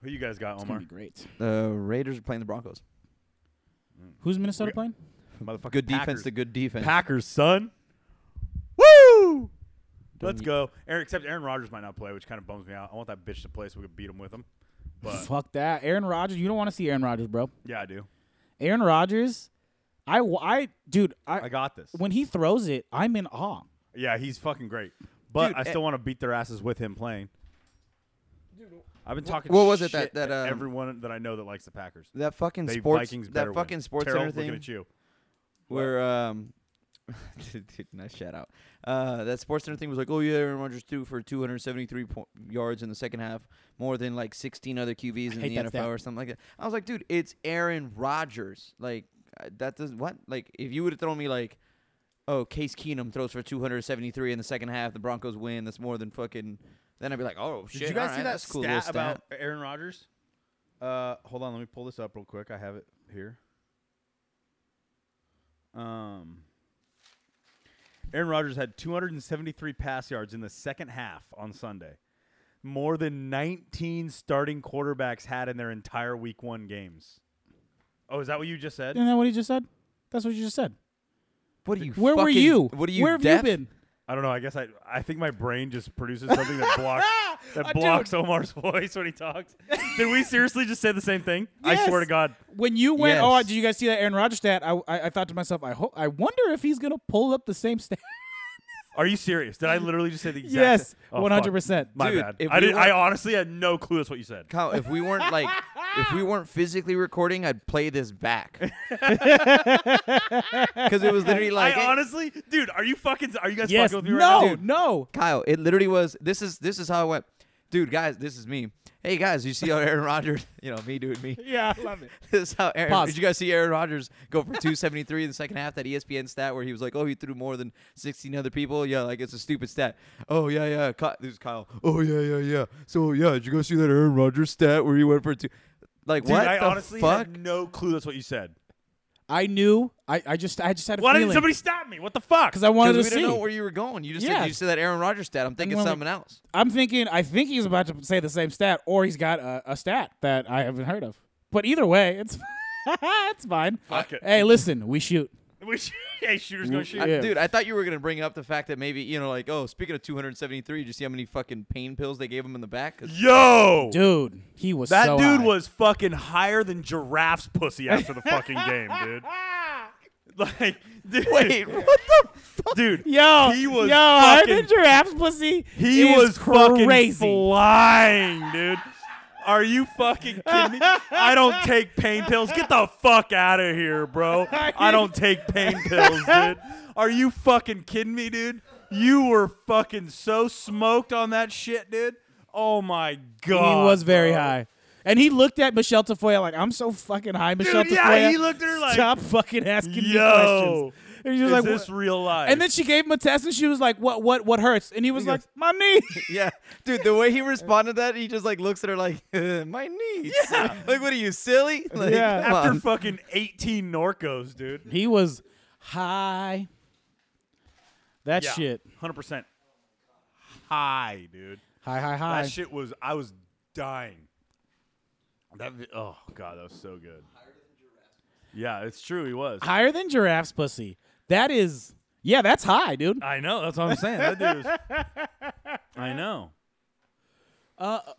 Who you guys got, It's Omar? gonna be great. The Raiders are playing the Broncos. Who's Minnesota playing? Motherfucking Good Packers. defense to good defense. Packers, son. Woo! Let's need- go. Aaron, except Aaron Rodgers might not play, which kind of bums me out. I want that bitch to play so we could beat him with him. But Fuck that. Aaron Rodgers. You don't want to see Aaron Rodgers, bro. yeah, I do. Aaron Rodgers, I, w- I, dude, I, I got this. when he throws it, I'm in awe. Yeah, he's fucking great. But Dude, I eh- still want to beat their asses with him playing. I've been talking. what was it that- shit that, to um, everyone that I know that likes the Packers. That fucking They sports. Vikings better that win. fucking sports Terrell, center looking thing. at you. Where um, dude, nice shout out. Uh, that sports center thing was like, oh yeah, Aaron Rodgers threw for 273 po- yards in the second half, more than like 16 other QBs in hate the that NFL stat. or something like that. I was like, dude, it's Aaron Rodgers. Like uh, that does what? Like if you would have thrown me like, oh, Case Keenum throws for 273 in the second half, the Broncos win. That's more than fucking. Then I'd be like, oh shit. Did you guys alright, see that that's a cool little stat about Aaron Rodgers? Uh, hold on, let me pull this up real quick. I have it here. Um, Aaron Rodgers had 273 pass yards in the second half on Sunday, more than 19 starting quarterbacks had in their entire Week One games. Oh, is that what you just said? Isn't that what he just said? That's what you just said. What are you? Where were fucking- you? What are you? Where have deaf? you been? I don't know. I guess I I think my brain just produces something that blocks Ah! Uh, that blocks Uh, Omar's voice when he talks. Did we seriously just say the same thing? I swear to Yes. God. When you went, Yes. oh, did you guys see that Aaron Rodgers stat? I, I, I thought to myself, I hope, I wonder if he's gonna pull up the same stat. Are you serious? Did I literally just say the exact? yes, Oh, fuck. one hundred percent. My Dude, bad. if I we did. I weren't- honestly had no clue that's what you said. Kyle, if we weren't like, if we weren't physically recording, I'd play this back. Because it was literally like, I honestly, dude, are you fucking? Are you guys Yes, fucking with me right now? no, no. Kyle, it literally was. This is this is how it went, dude. Guys, this is me. Hey guys, you see how Aaron Rodgers? You know me doing me. Yeah, I love it. This is how Aaron. Pause. Did you guys see Aaron Rodgers go for 273 in the second half? That E ESPN stat where he was like, "Oh, he threw more than 16 other people." Yeah, like it's a stupid stat. Oh yeah, yeah. Ky- this is Kyle. Oh yeah, yeah, yeah. So yeah, did you go see that Aaron Rodgers stat where he went for two? Like Dude, what I the honestly fuck? had no clue that's what you said. I knew. I, I just, I just had a Why feeling didn't somebody stop me? What the fuck? because I wanted to Because we see. didn't know where you were going. You just Yeah. said you said that Aaron Rodgers stat. I'm thinking when we- something else. I'm thinking, I think he's about to say the same stat, or he's got a, a stat that I haven't heard of. But either way, it's it's fine. Fuck it. Hey, listen, we shoot. We should- hey, shooter's gonna shoot. I- Yeah. dude, I thought you were gonna bring up the fact that maybe you know, like, oh, speaking of 273, did you see how many fucking pain pills they gave him in the back? 'Cause Yo, Dude, he was that so dude high. was fucking higher than giraffe's pussy after the fucking game, dude. Like, dude, Wait, what the? dude, Yo, he was fucking yo, I heard the giraffe's pussy. He is was fucking crazy. flying, dude. Are you fucking kidding me? I don't take pain pills. Get the fuck out of here, bro. I don't take pain pills, dude. Are you fucking kidding me, dude? You were fucking so smoked on that shit, dude. Oh my god. he was very bro. high. And he looked at Michelle Tafoya like, I'm so fucking high, Michelle yeah, Tafoya. he looked at her like, Stop fucking asking me Yo, questions. And he Is was like, this "What?" real life? and then she gave him a test and she was like, What what what hurts? And he was like, My knee. Yeah, dude, the way he responded to that, he just like looks at her like, uh, my niece. Yeah. like, what are you silly? Like, Yeah. come after on. fucking 18 Norcos, dude. he was high. That Yeah, shit. 100%. High, dude. High, high, high. That shit was I was dying. That vi- oh god, that was so good. Yeah, it's true. He was. Higher than giraffe's pussy. That is yeah, that's high, dude. I know. That's what I'm saying. That dude was. I know. oh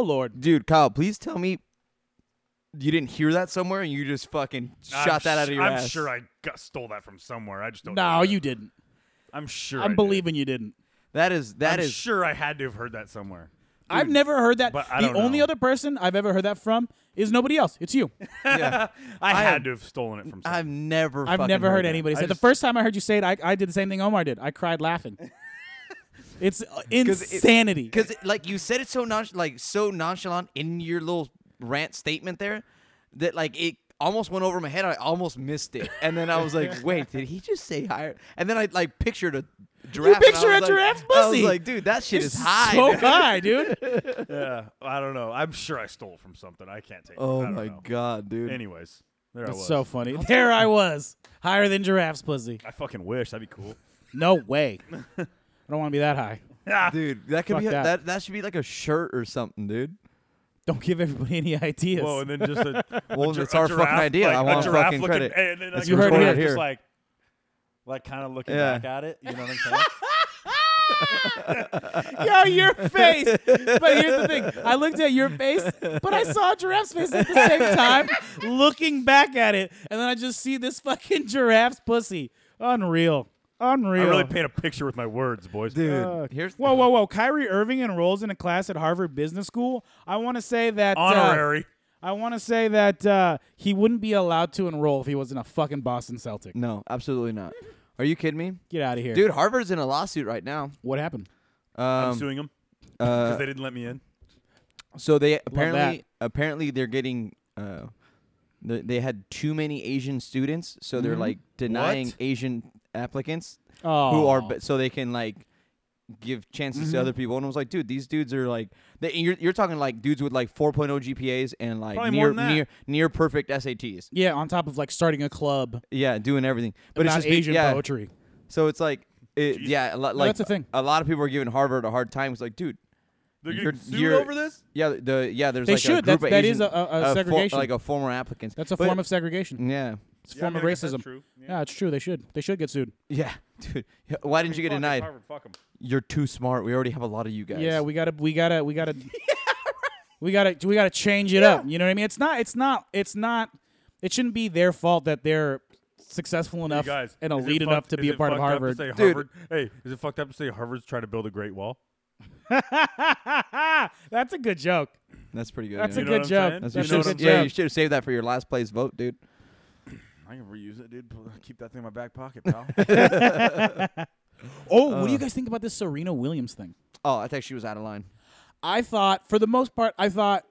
lord. dude, Kyle, please tell me you didn't hear that somewhere and you just fucking shot I'm that out of su- your I'm ass. sure I got, stole that from somewhere. I just don't. know No, where. you didn't. I'm sure. I I'm did. believing you didn't. That is that I'm is sure I had to have heard that somewhere. I've never heard that. but I the don't only know. other person I've ever heard that from is nobody else. It's you. I, am- had to have stolen it from. somewhere. I've never. I've fucking never heard that. anybody I say. it. the just- first time I heard you say it, I, I did the same thing Omar did. I cried laughing. it's uh, insanity. because like you said it so non- like so nonchalant in your little rant statement there that like it almost went over my head i almost missed it and then i was like wait did he just say higher and then i like pictured a giraffe and I picture was a like- giraffe's i was pussy. like dude that shit It's is high So man. high, dude. yeah, I don't know. I'm sure I stole it from something. I can't take. it. oh I don't my know. god dude Anyways, there I That's was. so funny. There I was, higher than giraffe's pussy. I fucking wish that'd be cool. No way. I don't want to be that high. dude that could Fuck be that. that. that should be like a shirt or something dude Don't give everybody any ideas. Whoa, and then just a well Gir- it's a our giraffe, fucking idea like, i a want giraffe fucking looking- credit And then like, you heard it recorded here. Just like, like kind of looking Yeah. back at it. You know what I'm saying? Yo, your face. But here's the thing. I looked at your face, but I saw a giraffe's face at the same time, looking back at it, and then I just see this fucking giraffe's pussy. Unreal. Unreal. I really paint a picture with my words, boys. Fuck. Here's whoa, whoa, whoa. Kyrie Irving enrolls in a class at Harvard Business School. I want to say that. uh, honorary. I want to say that uh, he wouldn't be allowed to enroll if he wasn't a fucking Boston Celtic. no, absolutely not. Are you kidding me, Get out of here. dude? Harvard's in a lawsuit right now. What happened? I'm Um, suing them uh, because they didn't let me in. so they that. apparently apparently they're getting uh, they, they had too many Asian students, so Mm-hmm. they're like denying What? Asian applicants Oh. Mm-hmm. who are but so they can like give chances to other people. And I was like, dude, these dudes are like they, and you're you're talking like dudes with like 4.0 GPAs and like Probably more near than that. near near perfect SATs. Yeah, on top of like starting a club. Yeah, doing everything. But But it's not just be- Asian yeah, poetry. So it's like it, yeah, a lot, like that's the thing. A lot of people are giving Harvard a hard time. It's like, dude, They're You're- getting sued you're- over this. yeah, the yeah, there's They like a should. group That's- of that Asian, is a- a- a uh, for- segregation. like a former applicants. That's a But- form of segregation. yeah, It's a form of racism. Yeah, it's true. They should. They should get sued. yeah, dude. yeah, Why didn't you get denied? You're too smart. We already have a lot of you guys. Yeah, we gotta, we gotta, we gotta, we gotta, we gotta change it up. You know what I mean? It's not, it's not, it's not. It shouldn't be their fault that they're successful enough guys, and is it elite enough fucked- to is be a it part of fucked up to Harvard. say Dude. Harvard- Hey, is it fucked up to say Harvard's trying to build a great wall? That's a good joke. that's pretty good. That's yeah. a know good what I'm joke. saying? That's You a know good what I'm joke. yeah, you should have saved that for your last place vote, dude. I can reuse it, dude. Keep that thing in my back pocket, pal. Oh, what do you guys think about this Serena Williams thing? Oh, I think she was out of line. I thought, for the most part, I thought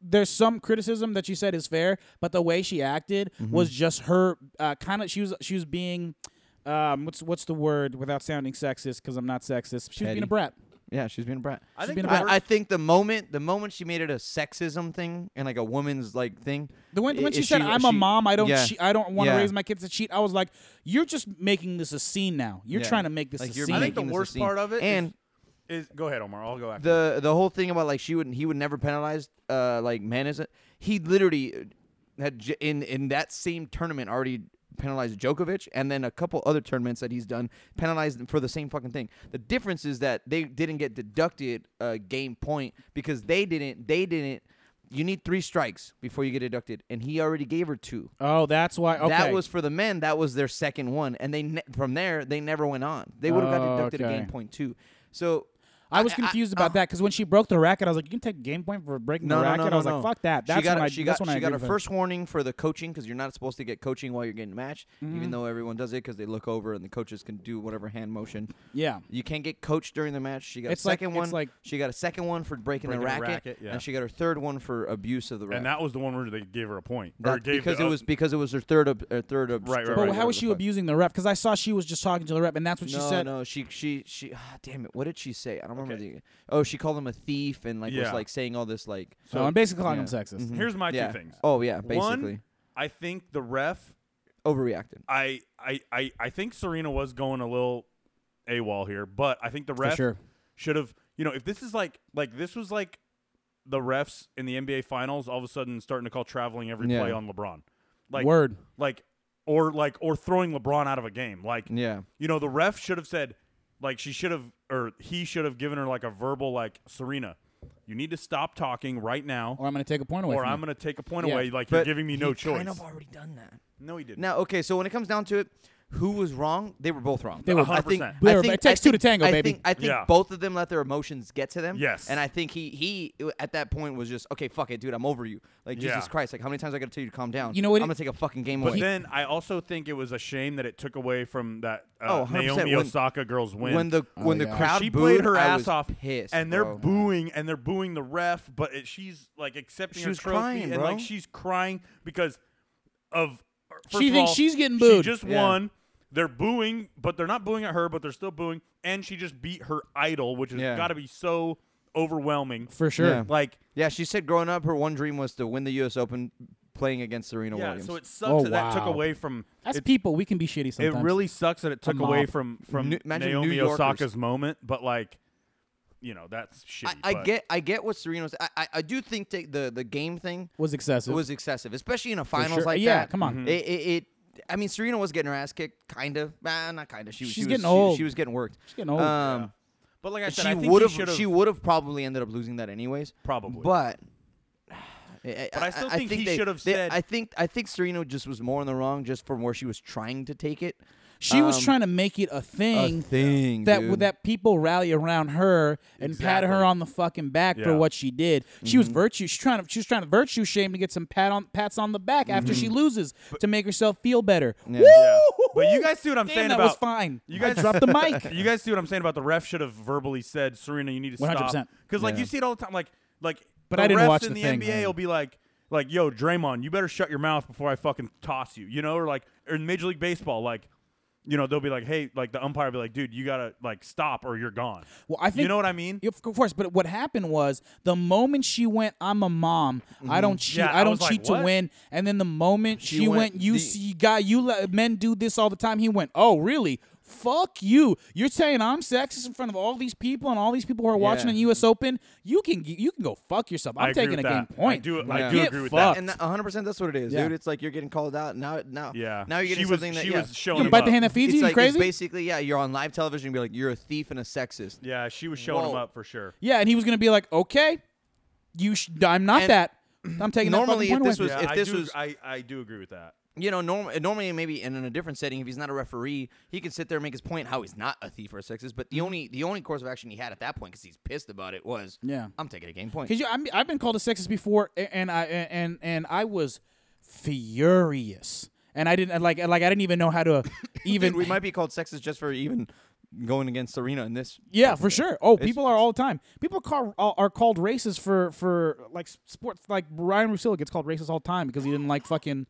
there's some criticism that she said is fair, but the way she acted Mm-hmm. was just her uh, kind of. She was she was being, um, what's what's the word without sounding sexist? Because I'm not sexist. She was being Petty. a brat. Yeah, she's being a brat. I been think a the bad- worst- I, I think the moment the moment she made it a sexism thing and like a woman's like thing. The when, i- when she is said, "I'm a she- mom. I don't. yeah. che- I don't want to Yeah. raise my kids to cheat," I was like, "You're just making this a scene now. You're Yeah. trying to make this Like, a you're scene." I think the making this a worst scene. part of it is- and is go ahead, Omar. I'll go after. you. the the whole thing about like she would he would never penalize uh like man is he literally uh, had j- in in that same tournament already penalized Djokovic and then a couple other tournaments that he's done penalized them for the same fucking thing. The difference is that they didn't get deducted a game point because they didn't they didn't you need 3 strikes before you get deducted and he already gave her two. oh, that's why. Okay. That was for the men. That was their second one, and they ne- from there they never went on. They would have got Oh, deducted okay. a game point too. So I was confused about that because when she broke the racket, I was like, "You can take a game point for breaking No, the no, racket." no, I was no, like, no. "Fuck that." That's she got when a, I. she that's got when I she got agree a with her. first warning for the coaching because you're not supposed to get coaching while you're getting matched, Mm-hmm. even though everyone does it because they look over and the coaches can do whatever hand motion. Yeah. You can't get coached during the match. She got It's a like- second it's one. like- she got a second one for breaking, Breaking the the racket, racket, yeah. and she got her third one for abuse of the ref. and that was the one where they gave her a point. Or That's gave because the it oth- was because it was her third ob- her third obstruction, Right, right, But right. how was whatever she the fuck. abusing the ref? Because I saw she was just talking to the ref, and that's what No, she said. no, she she she. ah, damn it! What did she say? I don't remember the. Oh, she called him a thief and like was Yeah. like saying all this like. So I'm basically calling yeah. him sexist. Here's my yeah. two things. Oh yeah, One, basically I think the ref. overreacted. I, I I I think Serena was going a little AWOL here, but I think the ref sure. should have. You know, if this is like like this was like the refs in the NBA finals, all of a sudden starting to call traveling every Yeah. play on LeBron. Like Word. Like or like or throwing LeBron out of a game. Like Yeah. you know, the ref should have said, like, she should have, or he should have given her, like, a verbal, like, Serena, you need to stop talking right now, Or I'm going to take a point away. or from I'm you. going to take a point Yeah. away. Like, But you're giving me no choice. Kind of already done that. no, he didn't. Now, okay, so when it comes down to it, who was wrong? They were both wrong. They were. I think, 100%. They I were- think it takes I two to think- tango, I baby. Think, I think Yeah. both of them let their emotions get to them. Yes. And I think he he at that point was just okay. Fuck it, dude. I'm over you. Like Yeah. Jesus Christ. Like how many times I got to tell you to calm down? You know what I'm it- gonna take a fucking game but away. then I also think it was a shame that it took away from that uh, Oh, 100% Naomi when- Osaka girl's win. when the when the Oh, yeah. crowd she booed, played her I ass was off, pissed, and they're bro. booing and they're booing the ref, but it, she's like accepting She her was trophy crying, and bro. like she's crying because of. uh, First She of thinks all, she's getting She booed. just Yeah. won. They're booing, but they're not booing at her, but they're still booing, and she just beat her idol, which has Yeah. got to be so overwhelming. For sure. Yeah. Like, Yeah, she said growing up, her one dream was to win the U.S. Open playing against Serena yeah. Williams. So it sucks Oh, that that took wow. away from. As it, people, we can be shitty it sometimes. really sucks that it took A away mob. from from New- imagine New Naomi Yorkers. Osaka's moment, but like, you know, that's shitty. I, I but- get I get what Serena's. I I, I do think that the the game thing was excessive. It was excessive, especially in a finals sure. like Yeah, that. come on. Mm-hmm. Mhm. It, it, it. I mean, Serena was getting her ass kicked, kind of. Nah, not kind of. She was. She's she getting was, she- old. She, was getting worked. She's getting old. Um, But like I said, She I think would she have. should've- She would have probably ended up losing that anyways. Probably. But. But I still think he they- should have they- said- I think I think Serena just was more in the wrong just from where she was trying to take it. She was Um, trying to make it a thing, thing that dude. that people rally around her and pat her Exactly. on the fucking back Yeah. for what she did. She was virtue. She's trying to she was trying to virtue shame to get some pat on pats on the back after she loses to make herself feel better. Woo! Yeah. But you guys see what I'm Damn, saying that about was fine. You guys dropped the mic. You guys see what I'm saying about the ref should have verbally said, Serena, you need to stop. 100%. Because like you see it all the time. Like like. But the I didn't refs watch in the the, thing. NBA will be like like yo Draymond, you better shut your mouth before I fucking toss you. You know, or like or in Major League Baseball, like. You know they'll be like, "Hey, like the umpire will be like, dude, you gotta like stop or you're gone." Well, I think you know what I mean. Yeah, Of course, but what happened was the moment she went, "I'm a mom. I don't cheat. Mm-hmm. Yeah, I I don't was like, cheat to "What?" win." And then the moment she, went, went "You deep. see, guy, you let men do this all the time." He went, "Oh, really? Fuck you! You're saying I'm sexist in front of all these people and all these people who are watching Yeah. the U.S. Open. You can you can go fuck yourself. I'm I agree taking a with game that. I point. do- I Like, do get agree with that. fucked. and that- 100% that's what it is Yeah. dude it's like you're getting called out now now Yeah. now you're getting she was, something that she yeah. was showing. you can him bite up. the hand that feeds it's you. like you it's crazy? basically yeah you're on live television and be like you're a thief and a sexist Yeah, she was showing him Well, up for sure. yeah, and he was gonna be like, "Okay, you. Sh- I'm not And that. I'm taking normally that fucking if this point away." was- Yeah, if I this do, was- I, I do agree with that. you know, norm- normally maybe in, in a different setting, if he's not a referee, he can sit there and make his point how he's not a thief or a sexist. But Mm-hmm. the only the only course of action he had at that point, because he's pissed about it, was Yeah. I'm taking a game point. Because I'm, I've been called a sexist before, a- and I and and, and I was furious, and I didn't like like I didn't even know how to even Dude, we might be called sexist just for even going against Serena in this. yeah for sure. Oh, people are all the time. People call, are, are called racist for for like s- sports. Like Ryan Russillo gets called racist all the time because he didn't like fucking,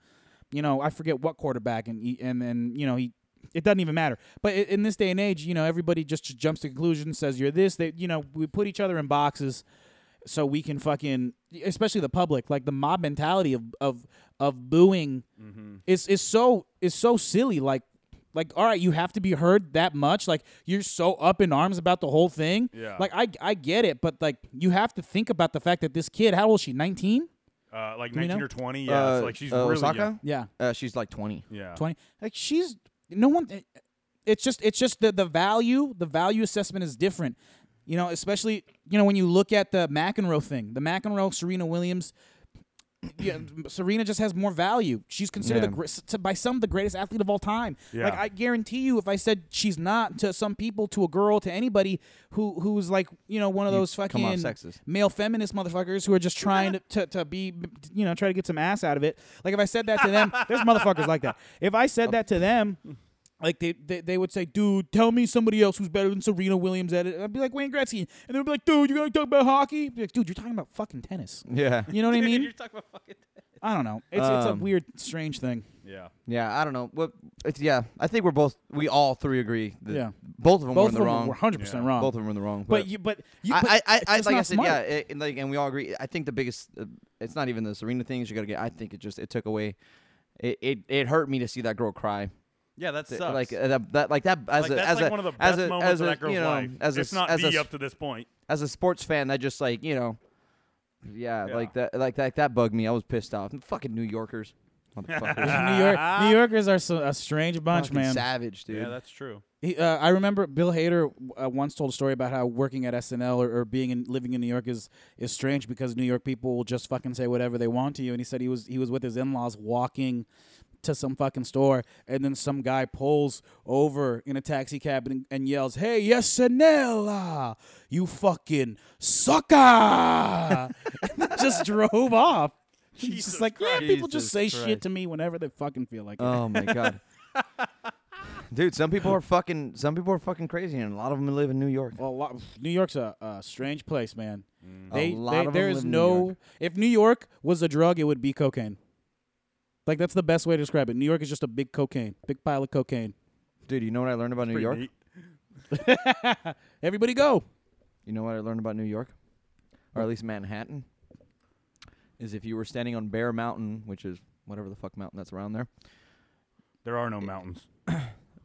you know, I forget what quarterback, and he, and and you know he. It doesn't even matter, but i- in this day and age, you know, everybody just jumps to conclusions, says you're this. They, you know, we put each other in boxes. so we can fucking especially the public like the mob mentality of of of booing is is so is so silly like like all right you have to be heard that much like you're so up in arms about the whole thing Yeah. like i i get it but like you have to think about the fact that this kid how old is she 19 Uh, like we know? 19 or 20. Yeah, it's Uh, like she's uh, really Osaka? young. yeah Uh, she's like 20. Yeah. 20 like she's no one eh, it's just it's just the the value the value assessment is different you know especially you know when you look at the mcenroe thing the mcenroe serena williams yeah, Serena just has more value. She's considered the Yeah. gre- s- to, by some the greatest athlete of all time. Yeah. Like I guarantee you, if I said she's not to some people, to a girl, to anybody woo who's like you know one of those fucking come off sexist. male feminist motherfuckers who are just trying to, to, to be you know try to get some ass out of it. Like if I said that to them, there's motherfuckers like that. If I said that to them. Like they, they, they would say, dude, tell me somebody else who's better than Serena Williams at it. I'd be like Wayne Gretzky, and they'd be like, dude, you're gonna talk about hockey? I'd be like, dude, you're talking about fucking tennis. Yeah. You know what I mean? You're talking about fucking. I don't know. It's it's a Um, weird, strange thing. Yeah. Yeah, I don't know. What? It's, yeah, I think we're both, we all three agree. That Yeah. Both of them were Both in the of them wrong. were 100 percent Yeah. wrong. both of them were in the wrong. but you, but you, but I, I, I, it's like I not said, smart. yeah, it, and like, and we all agree. I think the biggest, uh, it's not even the Serena things you got to get. I think it just it took away, it, it, it hurt me to see that girl cry. Yeah, that Th- sucks. Like uh, that, that, like that as Like, a, that's as like a, one of the as best a, moments as of a, that girl's you know, life. As a, it's not uh, as a, me up to this point. as a sports fan, that just like you know, yeah, Yeah. like that, like that, that bugged me. I was pissed off. Fucking New Yorkers, motherfuckers, New York, New Yorkers are so, a strange bunch, Ah. Fucking man. savage, dude. Yeah, that's true. He, uh, I remember Bill Hader uh, once told a story about how working at SNL or, or being in, living in New York is is strange because New York people will just fucking say whatever they want to you. And he said he was he was with his in laws walking to some fucking store, and then some guy pulls over in a taxi cab and, and yells, "Hey, SNL, uh, you fucking sucker!" and then just drove off. He's just Jesus like, yeah, people Jesus just say shit Christ. to me whenever they fucking feel like it. Oh my god. Dude, some people are fucking. Some people are fucking crazy, and a lot of them live in New York. Well, a lot, New York's a, a strange place, man. They, A lot they- of 'em there live is in New no. York. If New York was a drug, it would be cocaine. Like that's the best way to describe it. New York is just a big cocaine, big pile of cocaine. Dude, you know what I learned about New Pretty York? neat. Everybody go. You know what I learned about New York, or at least Manhattan, is if you were standing on Bear Mountain, which is whatever the fuck mountain that's around there. There are no mountains.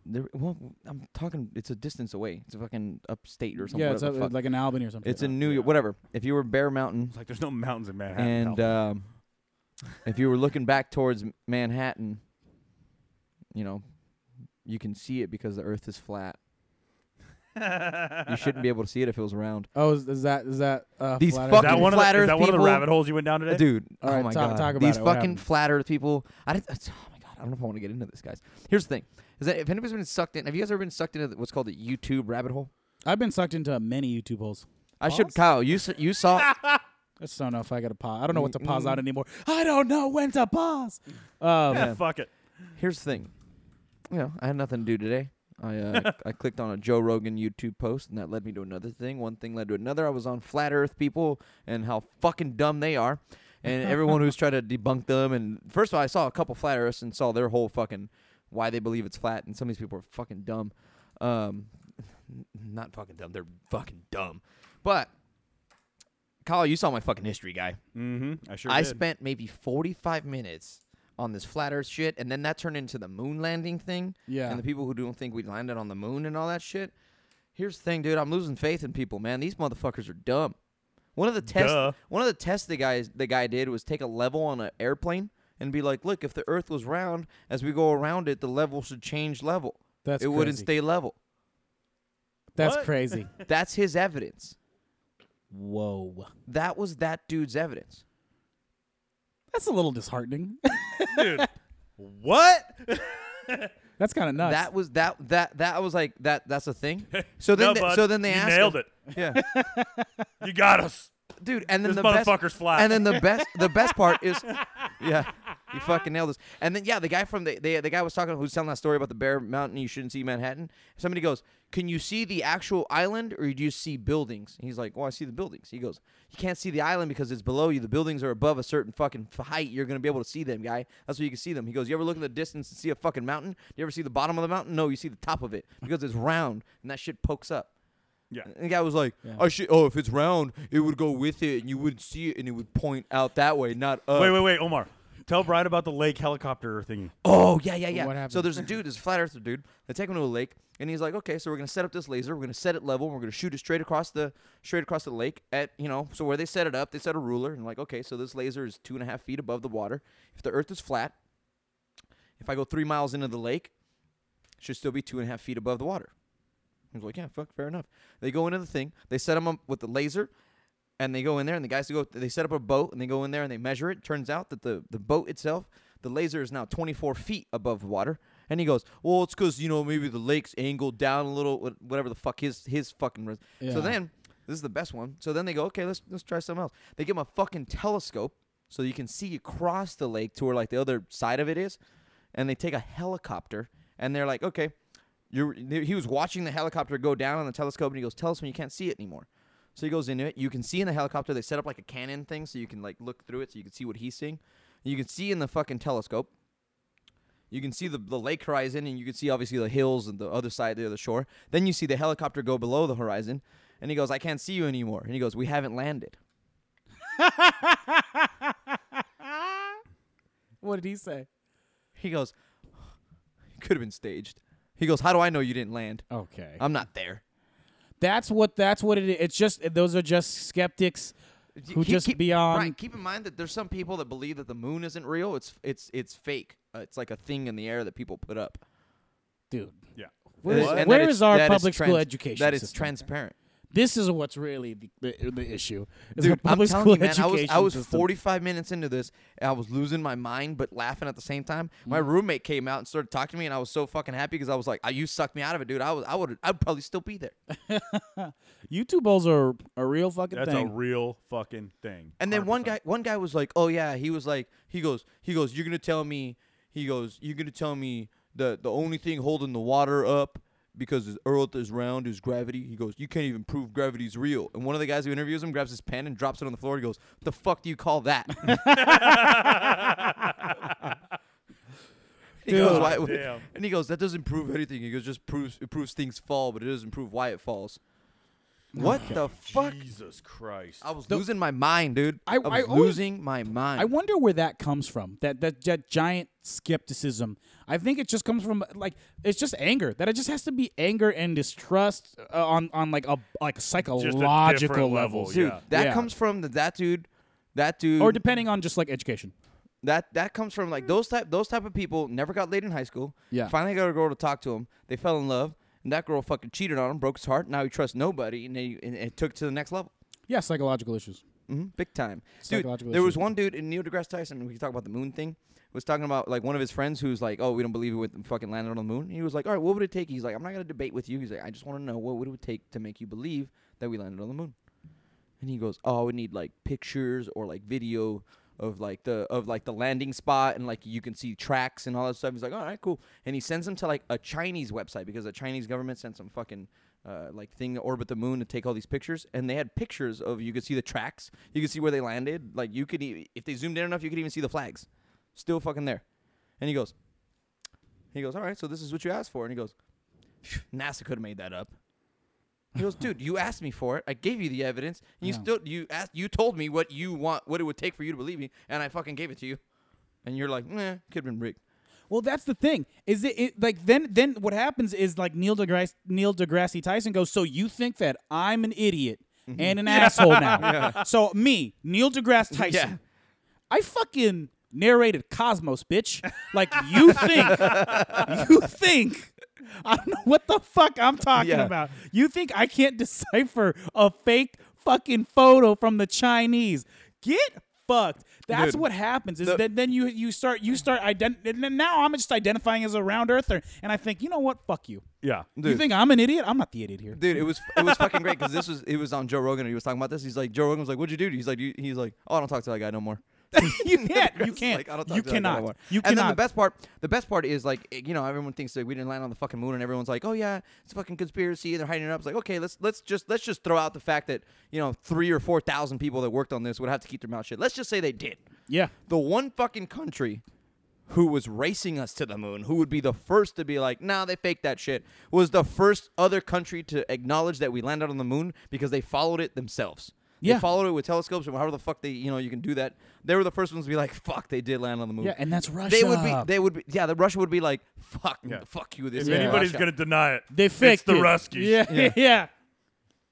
There, well, I'm talking. It's a distance away. It's a fucking upstate or something. Yeah, it's whatever the a, fuck. like an Albany or something. It's in New York. Whatever. If you were Bear Mountain, It's like there's no mountains in Manhattan. and California. um, if you were looking back towards M- Manhattan, you know, you can see it because the Earth is flat. you shouldn't be able to see it if it was round. Oh, is, is that is that uh, These flat is Earth? fucking that one of flat the, is Earth that one of the people- rabbit holes you went down today? Dude, All oh right, my talk- god, talk about these it. What fucking happened? flat Earth people. I didn't. Oh my god, I don't know if I want to get into this, guys. Here's the thing: is that if anybody's been sucked in, have you guys ever been sucked into what's called the YouTube rabbit hole? I've been sucked into many YouTube holes. I should, Kyle. You s- you saw I just don't know if I got to pause. I don't know what to pause out anymore. I don't know when to pause. Um, Yeah, fuck it. Here's the thing. You know, I had nothing to do today. I uh, I clicked on a Joe Rogan YouTube post, and that led me to another thing. One thing led to another. I was on flat Earth people and how fucking dumb they are, and everyone who's trying to debunk them. And first of all, I saw a couple flat Earths and saw their whole fucking why they believe it's flat. And some of these people are fucking dumb. Um, n- not fucking dumb. They're fucking dumb. But Kyle, you saw my fucking history guy. Mm-hmm. I sure I did. spent maybe 45 minutes on this flat earth shit and then that turned into the moon landing thing Yeah. and the people who don't think we landed on the moon and all that shit here's the thing dude i'm losing faith in people man these motherfuckers are dumb one of the tests Duh. one of the tests the guys the guy did was take a level on an airplane and be like look if the earth was round as we go around it the level should change level That's it wouldn't crazy. stay level that's What? crazy. that's his evidence Whoa. that was that dude's evidence That's a little disheartening. what? that's kind of nuts. That was that that that was like that. That's a thing. So then No, they- bud, so then they you asked nailed him- it. Yeah, You got us. dude. And then This the best- motherfucker's flat. And then the best the best part is, yeah, you fucking nailed this. And then yeah, the guy from the the, the guy was talking who's telling that story about the Bear Mountain. You shouldn't see Manhattan. Somebody goes, "Can you see the actual island or do you see buildings?" And he's like, "Well, I see the buildings." He goes, "You can't see the island because it's below you. The buildings are above a certain fucking f- height. You're gonna be able to see them, guy. That's where you can see them." He goes, "You ever look in the distance and see a fucking mountain? You ever see the bottom of the mountain? No, you see the top of it because it's round and that shit pokes up." Yeah. And the guy was like, "I should. Oh, if it's round, it would go with it, and you wouldn't see it, and it would point out that way, not up." Wait, wait, wait, Omar. Tell Brian about the lake helicopter thing. Oh, yeah, yeah, yeah. What So happened? there's a dude, there's a flat earther dude. They take him to a lake, and he's like, "Okay, so we're gonna set up this laser. We're gonna set it level. And we're gonna shoot it straight across the straight across the lake at you know. So where they set it up, they set a ruler, and like, okay, so this laser is two and a half feet above the water. If the Earth is flat, if I go three miles into the lake, it should still be two and a half feet above the water." He was like, "Yeah, fuck, fair enough." They go into the thing. They set them up with the laser, and they go in there, and the guys go. They set up a boat, and they go in there, and they measure it. Turns out that the the boat itself, the laser is now 24 feet above water. And he goes, "Well, it's because you know maybe the lake's angled down a little, wha- whatever the fuck his his fucking." res- Yeah. So then this is the best one. So then they go, "Okay, let's let's try something else." They give him a fucking telescope so you can see across the lake to where like the other side of it is, and they take a helicopter and they're like, "Okay, you he was watching the helicopter go down on the telescope and he goes tell us when you can't see it anymore so he goes into it you can see in the helicopter they set up like a cannon thing so you can like look through it so you can see what he's seeing you can see in the fucking telescope you can see the, the lake horizon and you can see obviously the hills and the other side the other shore then you see the helicopter go below the horizon and he goes i can't see you anymore and he goes we haven't landed what did he say? he goes could have been staged he goes how do i know you didn't land Okay. i'm not there that's what that's what it is. It's just those are just skeptics who Keep- just keep, beyond Brian, keep in mind that there's some people that believe that the moon isn't real. It's it's it's fake. Uh, it's like a thing in the air that people put up. dude. Yeah. Where is, And that where it's- is our that it's public school trans- education? That it's system? transparent. This is what's really the, the, the issue. Is our Dude, I'm public telling school you, man, I was I education was system. 45 minutes into this, and I was losing my mind, but laughing at the same time. My roommate came out and started talking to me, and I was so fucking happy because I was like, oh, "You sucked me out of it, dude. I was I would I'd probably still be there." YouTube bowls are a real fucking That's thing. a real fucking thing. And then one 100%. guy, one guy was like, "Oh yeah," he was like, he goes, he goes, "You're gonna tell me," he goes, "You're gonna tell me the the only thing holding the water up because the Earth is round is gravity." He goes, "You can't even prove gravity's real." And one of the guys who interviews him grabs his pen and drops it on the floor. and goes, "The fuck do you call that?" he goes, "Why?" damn. And he goes, "That doesn't prove anything." He goes, "Just proves it proves things fall, but it doesn't prove why it falls." What the fuck? Jesus Christ. I was losing my mind, dude. I- I, was I always- losing my mind. I wonder where that comes from. That, that that giant skepticism. I think it just comes from like it's just anger. That it just has to be anger and distrust uh, on on like a like psychological level, levels, yeah. dude Oh, that Yeah. comes from the, that dude that dude or depending on just like education. that that comes from like those type those type of people never got laid in high school Yeah. finally got a girl to talk to him they fell in love and that girl fucking cheated on him broke his heart now he trusts nobody and, they, and it took to the next level Yeah, psychological issues. hmm big time. Dude, Mm-hmm. Psychological there was issue. one dude in Neil deGrasse Tyson. We could talk about the moon thing. Was talking about like one of his friends who's like, "Oh, we don't believe we would fucking landed on the moon." He was like, "All right, what would it take?" He's like, "I'm not gonna debate with you." He's like, "I just want to know what would it take to make you believe that we landed on the moon." And he goes, "Oh, I would need like pictures or like video of like the of like the landing spot and like you can see tracks and all that stuff." He's like, "All right, cool." And he sends him to like a Chinese website because the Chinese government sent some fucking uh, like thing to orbit the moon to take all these pictures, and they had pictures of you could see the tracks, you could see where they landed, like you could e- if they zoomed in enough, you could even see the flags, still fucking there. And he goes, he goes, all right, so this is what you asked for, and he goes, "Phew, NASA could have made that up. He goes, dude, you asked me for it. I gave you the evidence. And you Yeah. still you asked you told me what you want, what it would take for you to believe me, and I fucking gave it to you. And you're like, nah, could have been rigged. Well, that's the thing. Is it, it like then? Then what happens is like Neil deGrasse Neil deGrasse Tyson goes. So you think that I'm an idiot and an asshole now? So me, Neil deGrasse Tyson, I fucking narrated Cosmos, bitch. Like you think, you think. I don't know what the fuck I'm talking Yeah. about. You think I can't decipher a fake fucking photo from the Chinese? Get fucked. That's Dude. what happens is that then you you start you start ident- and then now I'm just identifying as a round earther and I think you know what fuck you Yeah. you think I'm an idiot I'm not the idiot here dude, it was it was fucking great because this was it was on Joe Rogan and he was talking about this. He's like, Joe Rogan was like, "What'd you do?" He's like, "You- "He's like, oh, I don't talk to that guy no more." you can't you It's can't like, I don't talk you to that guy no more. cannot you And then the cannot best part, the best part is like, it- you know, everyone thinks that we didn't land on the fucking moon, and everyone's like, "Oh yeah, it's a fucking conspiracy." They're hiding it up. It's like, okay, let's let's just let's just throw out the fact that you know three or four thousand people that worked on this would have to keep their mouth shut. Let's just say they did. yeah The one fucking country who was racing us to the moon, who would be the first to be like, nah, they faked that shit, was the first other country to acknowledge that we landed on the moon because they followed it themselves. Yeah. They followed it with telescopes and however the fuck they, you know, you can do that. They were the first ones to be like, fuck, they did land on the moon. yeah and that's Russia they would be, they would be, yeah, the Russia would be like, fuck, Yeah. fuck you, this is If anybody's Russia. gonna deny it, they it's faked the it. Ruskies. yeah yeah,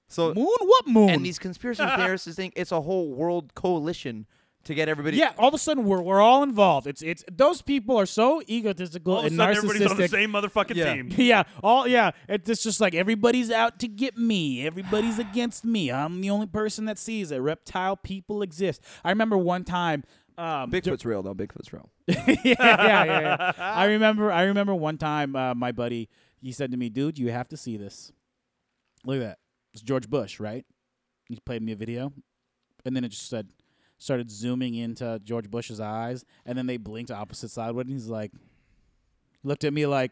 So, moon what moon and these conspiracy theorists think it's a whole world coalition to get everybody. yeah all of a sudden we're, we're all involved it's it's those people are so egotistical All of a and sudden, everybody's on the narcissistic same motherfucking Yeah. team. Yeah, all yeah. It's just- just like everybody's out to get me. Everybody's against me. I'm the only person that sees it. Reptile people exist. I remember one time. Um, Bigfoot's real, though. Bigfoot's real. yeah, yeah, yeah, yeah. I remember. I remember one time uh, my buddy. He said to me, "Dude, you have to see this. Look at that. It's George Bush, right? He played me a video, and then it just said." Started zooming into George Bush's eyes, and then they blinked opposite sideward. And he's like, looked at me like,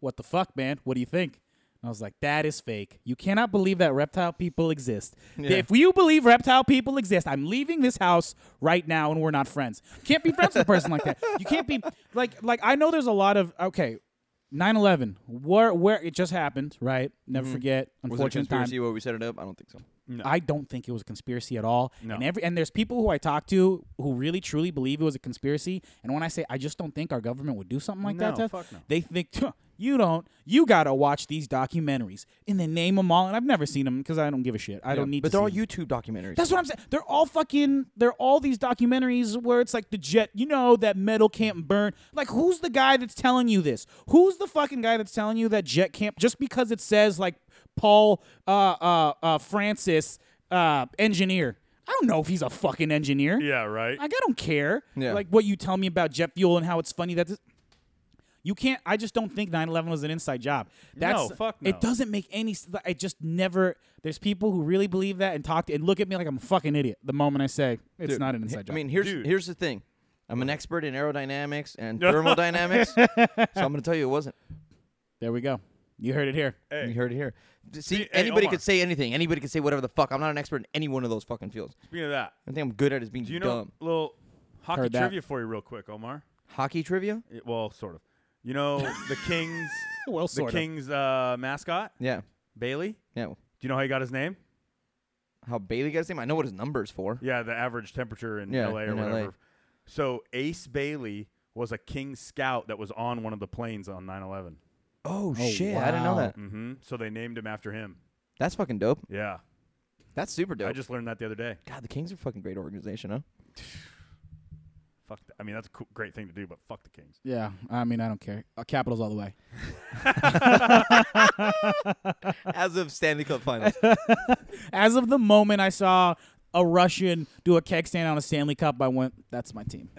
"What the fuck, man? What do you think?" And I was like, "That is fake. You cannot believe that reptile people exist. If you believe reptile people exist, I'm leaving this house right now, and we're not friends. Can't be friends with a person like that. You can't be like like I know there's a lot of okay." 9-11, where where it just happened, right? Never forget. Mm-hmm. Was it a Unfortunate time. conspiracy where we set it up? I don't think so. I don't think it was a conspiracy at all. And every and there's people who I talk to who really truly believe it was a conspiracy. And when I say I just don't think our government would do something like that, No, Jeff, fuck no. they think "Huh, you don't. You gotta watch these documentaries and they name them all. And I've never seen them because I don't give a shit. I don't need. But to they're see all YouTube them. documentaries. That's what I'm saying. They're all fucking. They're all these documentaries where it's like the jet. You know that metal can't burn. Like who's the guy that's telling you this? Who's the fucking guy that's telling you that jet can't? Just because it says like Paul uh, uh, uh, Francis uh, engineer. I don't know if he's a fucking engineer. Yeah, right. Like I don't care. Yeah. Like what you tell me about jet fuel and how it's funny that this. You can't. I just don't think 9/11 was an inside job. That's fuck no. It doesn't make any. s- I just never. There's people who really believe that and talk to, and look at me like I'm a fucking idiot the moment I say it's not an inside job. I mean, here's Dude. here's the thing. I'm an expert in aerodynamics and thermodynamics, so I'm going to tell you it wasn't. there we go. You heard it here. You heard it here. D- See, hey, anybody Omar. could say anything. Anybody could say whatever the fuck. I'm not an expert in any one of those fucking fields. Speaking of that, I think I'm good at is being do you know dumb. a little hockey Heard that. trivia for you, real quick, Omar? Hockey trivia? Yeah, well, sort of. You know the Kings, Well, the sort of. Kings uh, mascot Yeah. Bailey. Do Yeah. you know how he got his name? How Bailey got his name? I know what his number's for. Yeah, the average temperature in Yeah, LA or in LA. whatever. So Ace Bailey was a King scout that was on one of the planes on 9/11. Oh, shit. I didn't know wow. that. Mm-hmm. So they named him after him. That's fucking dope. Yeah, That's super dope. I just learned that the other day. God, the Kings are a fucking great organization, huh? Fuck. That. I mean, that's a cool, great thing to do, but fuck the Kings. Yeah, I mean, I don't care. Uh, capitals all the way. As of Stanley Cup Finals. As of the moment I saw a Russian do a keg stand on a Stanley Cup, I went, that's my team.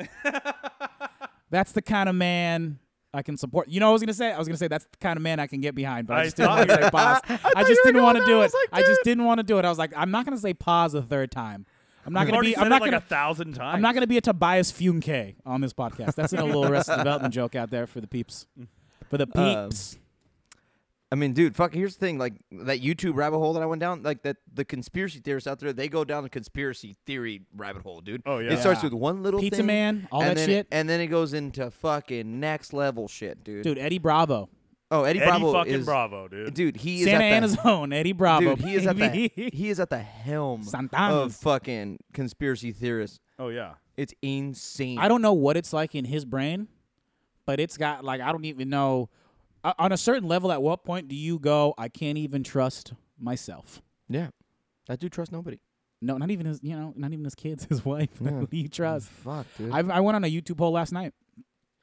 that's the kind of man I can support. You know what I was gonna say? I was gonna say that's the kind of man I can get behind, but I, I just didn't thought want to you- say pause. I I, thought you just were didn't want to going do there. I it. was like, I just dude. didn't want to do it. I was like, I'm not gonna say pause a third time. I'm not gonna already be. said I'm it not like gonna. a thousand times. I'm not going to be a Tobias Funke on this podcast. That's a little Arrested Development joke out there for the peeps. For the Um, peeps. I mean, dude, fuck. Here's the thing: like that YouTube rabbit hole that I went down. Like that, the conspiracy theorists out there, they go down the conspiracy theory rabbit hole, dude. Oh, yeah. It starts Yeah. with one little Pizza thing, Man, all and that then- shit. and then it goes into fucking next level shit, dude. Dude, Eddie Bravo. Oh, Eddie, Eddie Bravo fucking is Bravo, dude. dude. He is Santa at the, Ana's own Eddie Bravo. dude. He is at the baby. he is at the helm Santanas. of fucking conspiracy theorists. Oh yeah. It's insane. I don't know what it's like in his brain, but it's got like I don't even know. o- On a certain level, at what point do you go? I can't even trust myself. Yeah, I do trust nobody. No, not even his. You know, not even his kids, his wife. Who do you trust? Fuck, dude. I I went on a YouTube poll last night.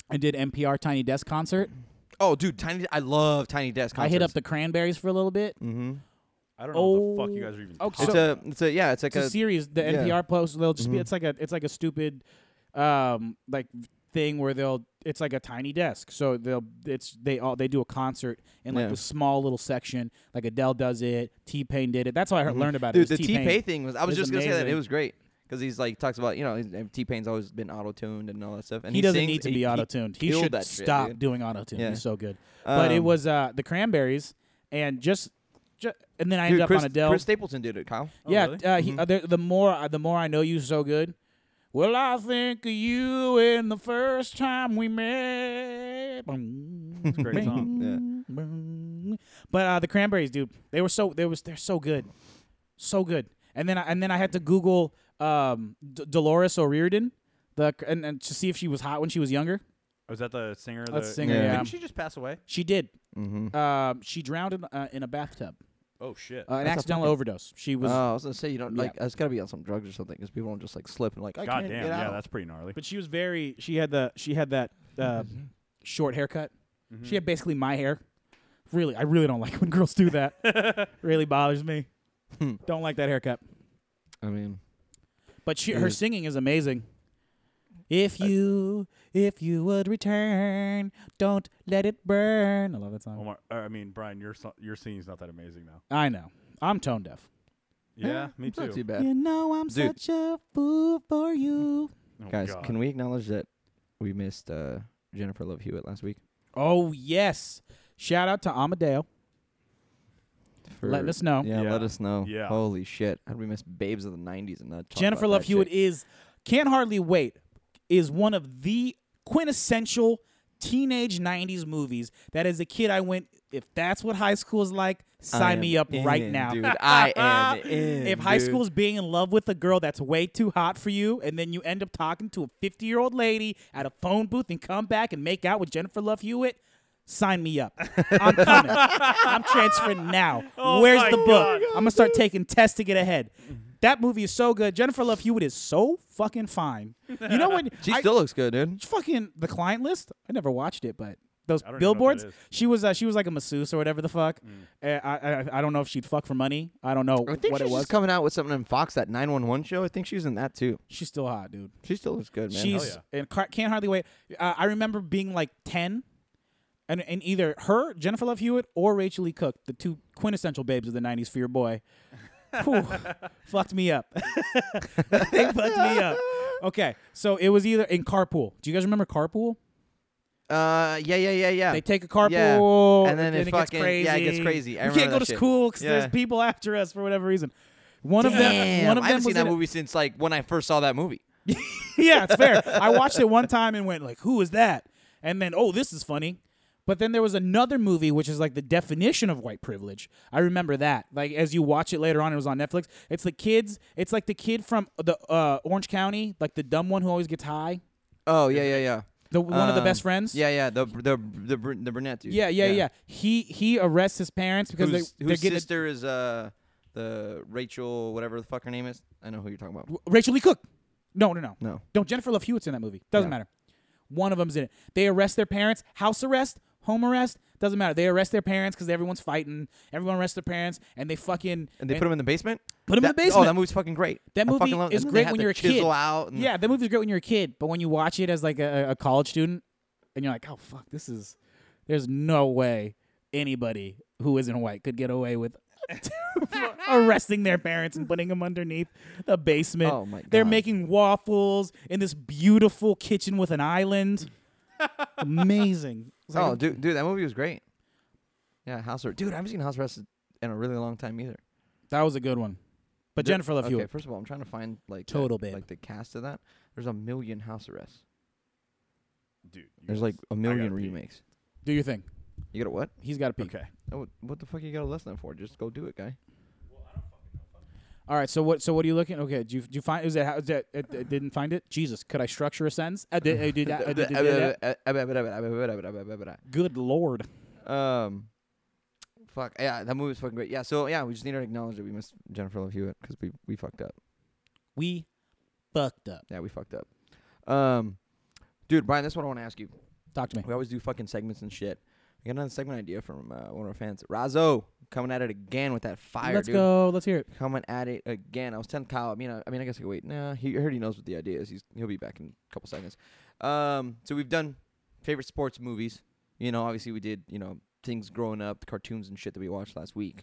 I did NPR Tiny Desk concert. oh, dude, tiny. I love Tiny Desk. I hit up the Cranberries for a little bit. Mm-hmm. I don't know Oh, what the fuck you guys are even. oh, talking It's so- a. It's a. Yeah. It's like it's a a. series. The yeah. Mm-hmm. NPR post. They'll just be. It's like a. It's like a stupid, um, like thing where they'll. It's like a tiny desk. So they'll. It's they all they do a concert in like Yeah. a small little section. Like Adele does it. T Pain did it. That's how I heard, learned about Mm-hmm. Dude, it. the Uh, T Pain thing was. I was It's just gonna say that it amazing. was great because he's like talks about you know T Pain's always been auto tuned and all that stuff. And He, he, doesn't sings- need to he- be he auto tuned. He, killed should that shit, stop dude. doing auto tune. Yeah. He's so good. But it Um, was uh the Cranberries and just. ju- And then I ended Dude, up Chris, on Adele. Chris Stapleton did it, Kyle. yeah, really? uh, Mm-hmm. he, uh, the, the more uh, the more I know you, so good. Well, I think of you in the first time we met. Boom, about. Great song. Yeah. boom. But uh, the Cranberries, dude, they were so they was they're so good, so good. And then I, and then I had to Google um, D- Dolores O'Riordan, the and, and to see if she was hot when she was younger. Was that the singer? That's the- singer, Yeah. yeah. Didn't she just pass away? She did. Mm-hmm. Um, she drowned in, uh, in a bathtub, Oh shit. uh, an That's a accidental fucking- overdose. She was, oh, I was gonna say you don't yeah. like. It's gotta be on some drugs or something because people don't just like slip and like. I God can't damn. Get Yeah, out. that's pretty gnarly. but she was very. She had the she had that uh, short haircut. She had basically my hair. Really, I really don't like when girls do that. Mm-hmm. really bothers me. don't like that haircut. I mean, But she, her singing is amazing. If you, if you would return, don't let it burn. I love that song. Omar, or, I mean, Brian, your so- your singing's not that amazing now. I know. I'm tone deaf. Yeah, me it's not too too. bad. You know I'm Dude. such a fool for you. Oh, Guys, God. can we acknowledge that we missed uh, Jennifer Love Hewitt last week? Oh yes. Shout out to Amadeo. For, Letting us know. Yeah, let Yeah. us know. Yeah. Holy shit. How did we miss Babes of the 90s and not talk Jennifer about Love that Hewitt shit? is can't hardly wait is one of the quintessential teenage 90s movies that as a kid I went if that's what high school is like I sign am me up right in, now. Dude, I am in. Uh, if high dude. school is being in love with a girl that's way too hot for you and then you end up talking to a 50-year-old lady at a phone booth and come back and make out with Jennifer Love Hewitt Sign me up. I'm coming. I'm transferring now. Where's Oh my the book? God. I'm gonna start taking tests to get ahead. That movie is so good. Jennifer Love Hewitt is so fucking fine. You know when She I- still looks good, dude. fucking the client list? I never watched it, but those I don't even know what billboards. that is. Mm. She was uh, she was like a masseuse or whatever the fuck. Uh, I, I I don't know if she'd fuck for money. I don't know I think what she's it was. just coming out with something in Fox, that 911 show. I think she's in that too. She's still hot, dude. She still looks good, man. She's and car- can't hardly wait. Uh, I remember being like ten, and and either her Jennifer Love Hewitt or Rachel Lee Cook, the two quintessential babes of the '90s for your boy, whew, fucked me up. they fucked me up. Okay, so it was either in Carpool. Do you guys remember Carpool? Uh, yeah, yeah, yeah, yeah. They take a carpool, And then it gets fucking- yeah, it gets crazy. I we can't remember go to that shit. school because Yeah. there's people after us for whatever reason. One of them, Damn, one of I them haven't was seen in that a- movie since like when I first saw that movie. yeah, it's fair. I watched it one time and went like, "Who is that?" And then, "Oh, this is funny." But then there was another movie which is like the definition of white privilege. I remember that. Like as you watch it later on, it was on Netflix. It's the kids. It's like the kid from the uh, Orange County, like the dumb one who always gets high, Oh yeah, yeah, yeah. the one of the Um, best friends. Yeah, yeah. The the the br- the brunette dude. yeah, yeah, yeah, He he arrests his parents because Whose, they, they're whose getting sister is uh the Rachel whatever the fuck her name is? I know who you're talking about. Rachel Lee Cook. No, no, no. No. Don't Jennifer Love Hewitt's in that movie. Doesn't Yeah. matter. One of them's in it. They arrest their parents, house arrest. home arrest doesn't matter. They arrest their parents because everyone's fighting. Everyone arrests their parents, and they fucking And they put him in the basement. put 'em in That- the Oh, basement. that movie's fucking great. That I movie fucking love, is and then they great have when the you're a chisel kid. Out and yeah, that movie's great when you're a kid, but when you watch it as like a, a college student, and you're like, oh fuck, this is. There's no way anybody who isn't white could get away with arresting their parents and putting them underneath the basement. Oh, my They're God. making waffles in this beautiful kitchen with an island. Amazing. It's like, Oh, dude, dude, that movie was great. Yeah, House Arrest. Dude, I haven't seen House Arrest in a really long time either. that was a good one. But There- Jennifer Love Okay, Hewitt. first of all, I'm trying to find like that- Total babe. like the cast of that. There's a million House Arrests. Dude, you There's guys- like a I gotta million pee. remakes. Do your thing. You got a what? He's got to peek. Okay. Oh, what the fuck you got a lesson for? Just go do it, guy. All right. So what? So what are you looking? Okay. Do you, do you find? Is that how? Is that it, it didn't find it? Jesus. Could I structure a sentence? I did. I did, I did, I did, I did. Good lord. Um, fuck yeah, that movie was fucking great. Yeah, so yeah, we just need to acknowledge that we missed Jennifer Love Hewitt because we we fucked up. We fucked up. Yeah, we fucked up. Um, dude, Brian, that's what I want to ask you. Talk to me. We always do fucking segments and shit. We got another segment idea from uh, one of our fans, Razzo, coming at it again with that fire. Let's dude. go. Let's hear it. Coming at it again. I was telling Kyle. I mean, I, I mean, I guess I could wait. Nah, he I heard he knows what the idea is. He's he'll be back in a couple seconds. Um, so we've done favorite sports movies. You know, obviously we did. You know, things growing up, cartoons and shit that we watched last week.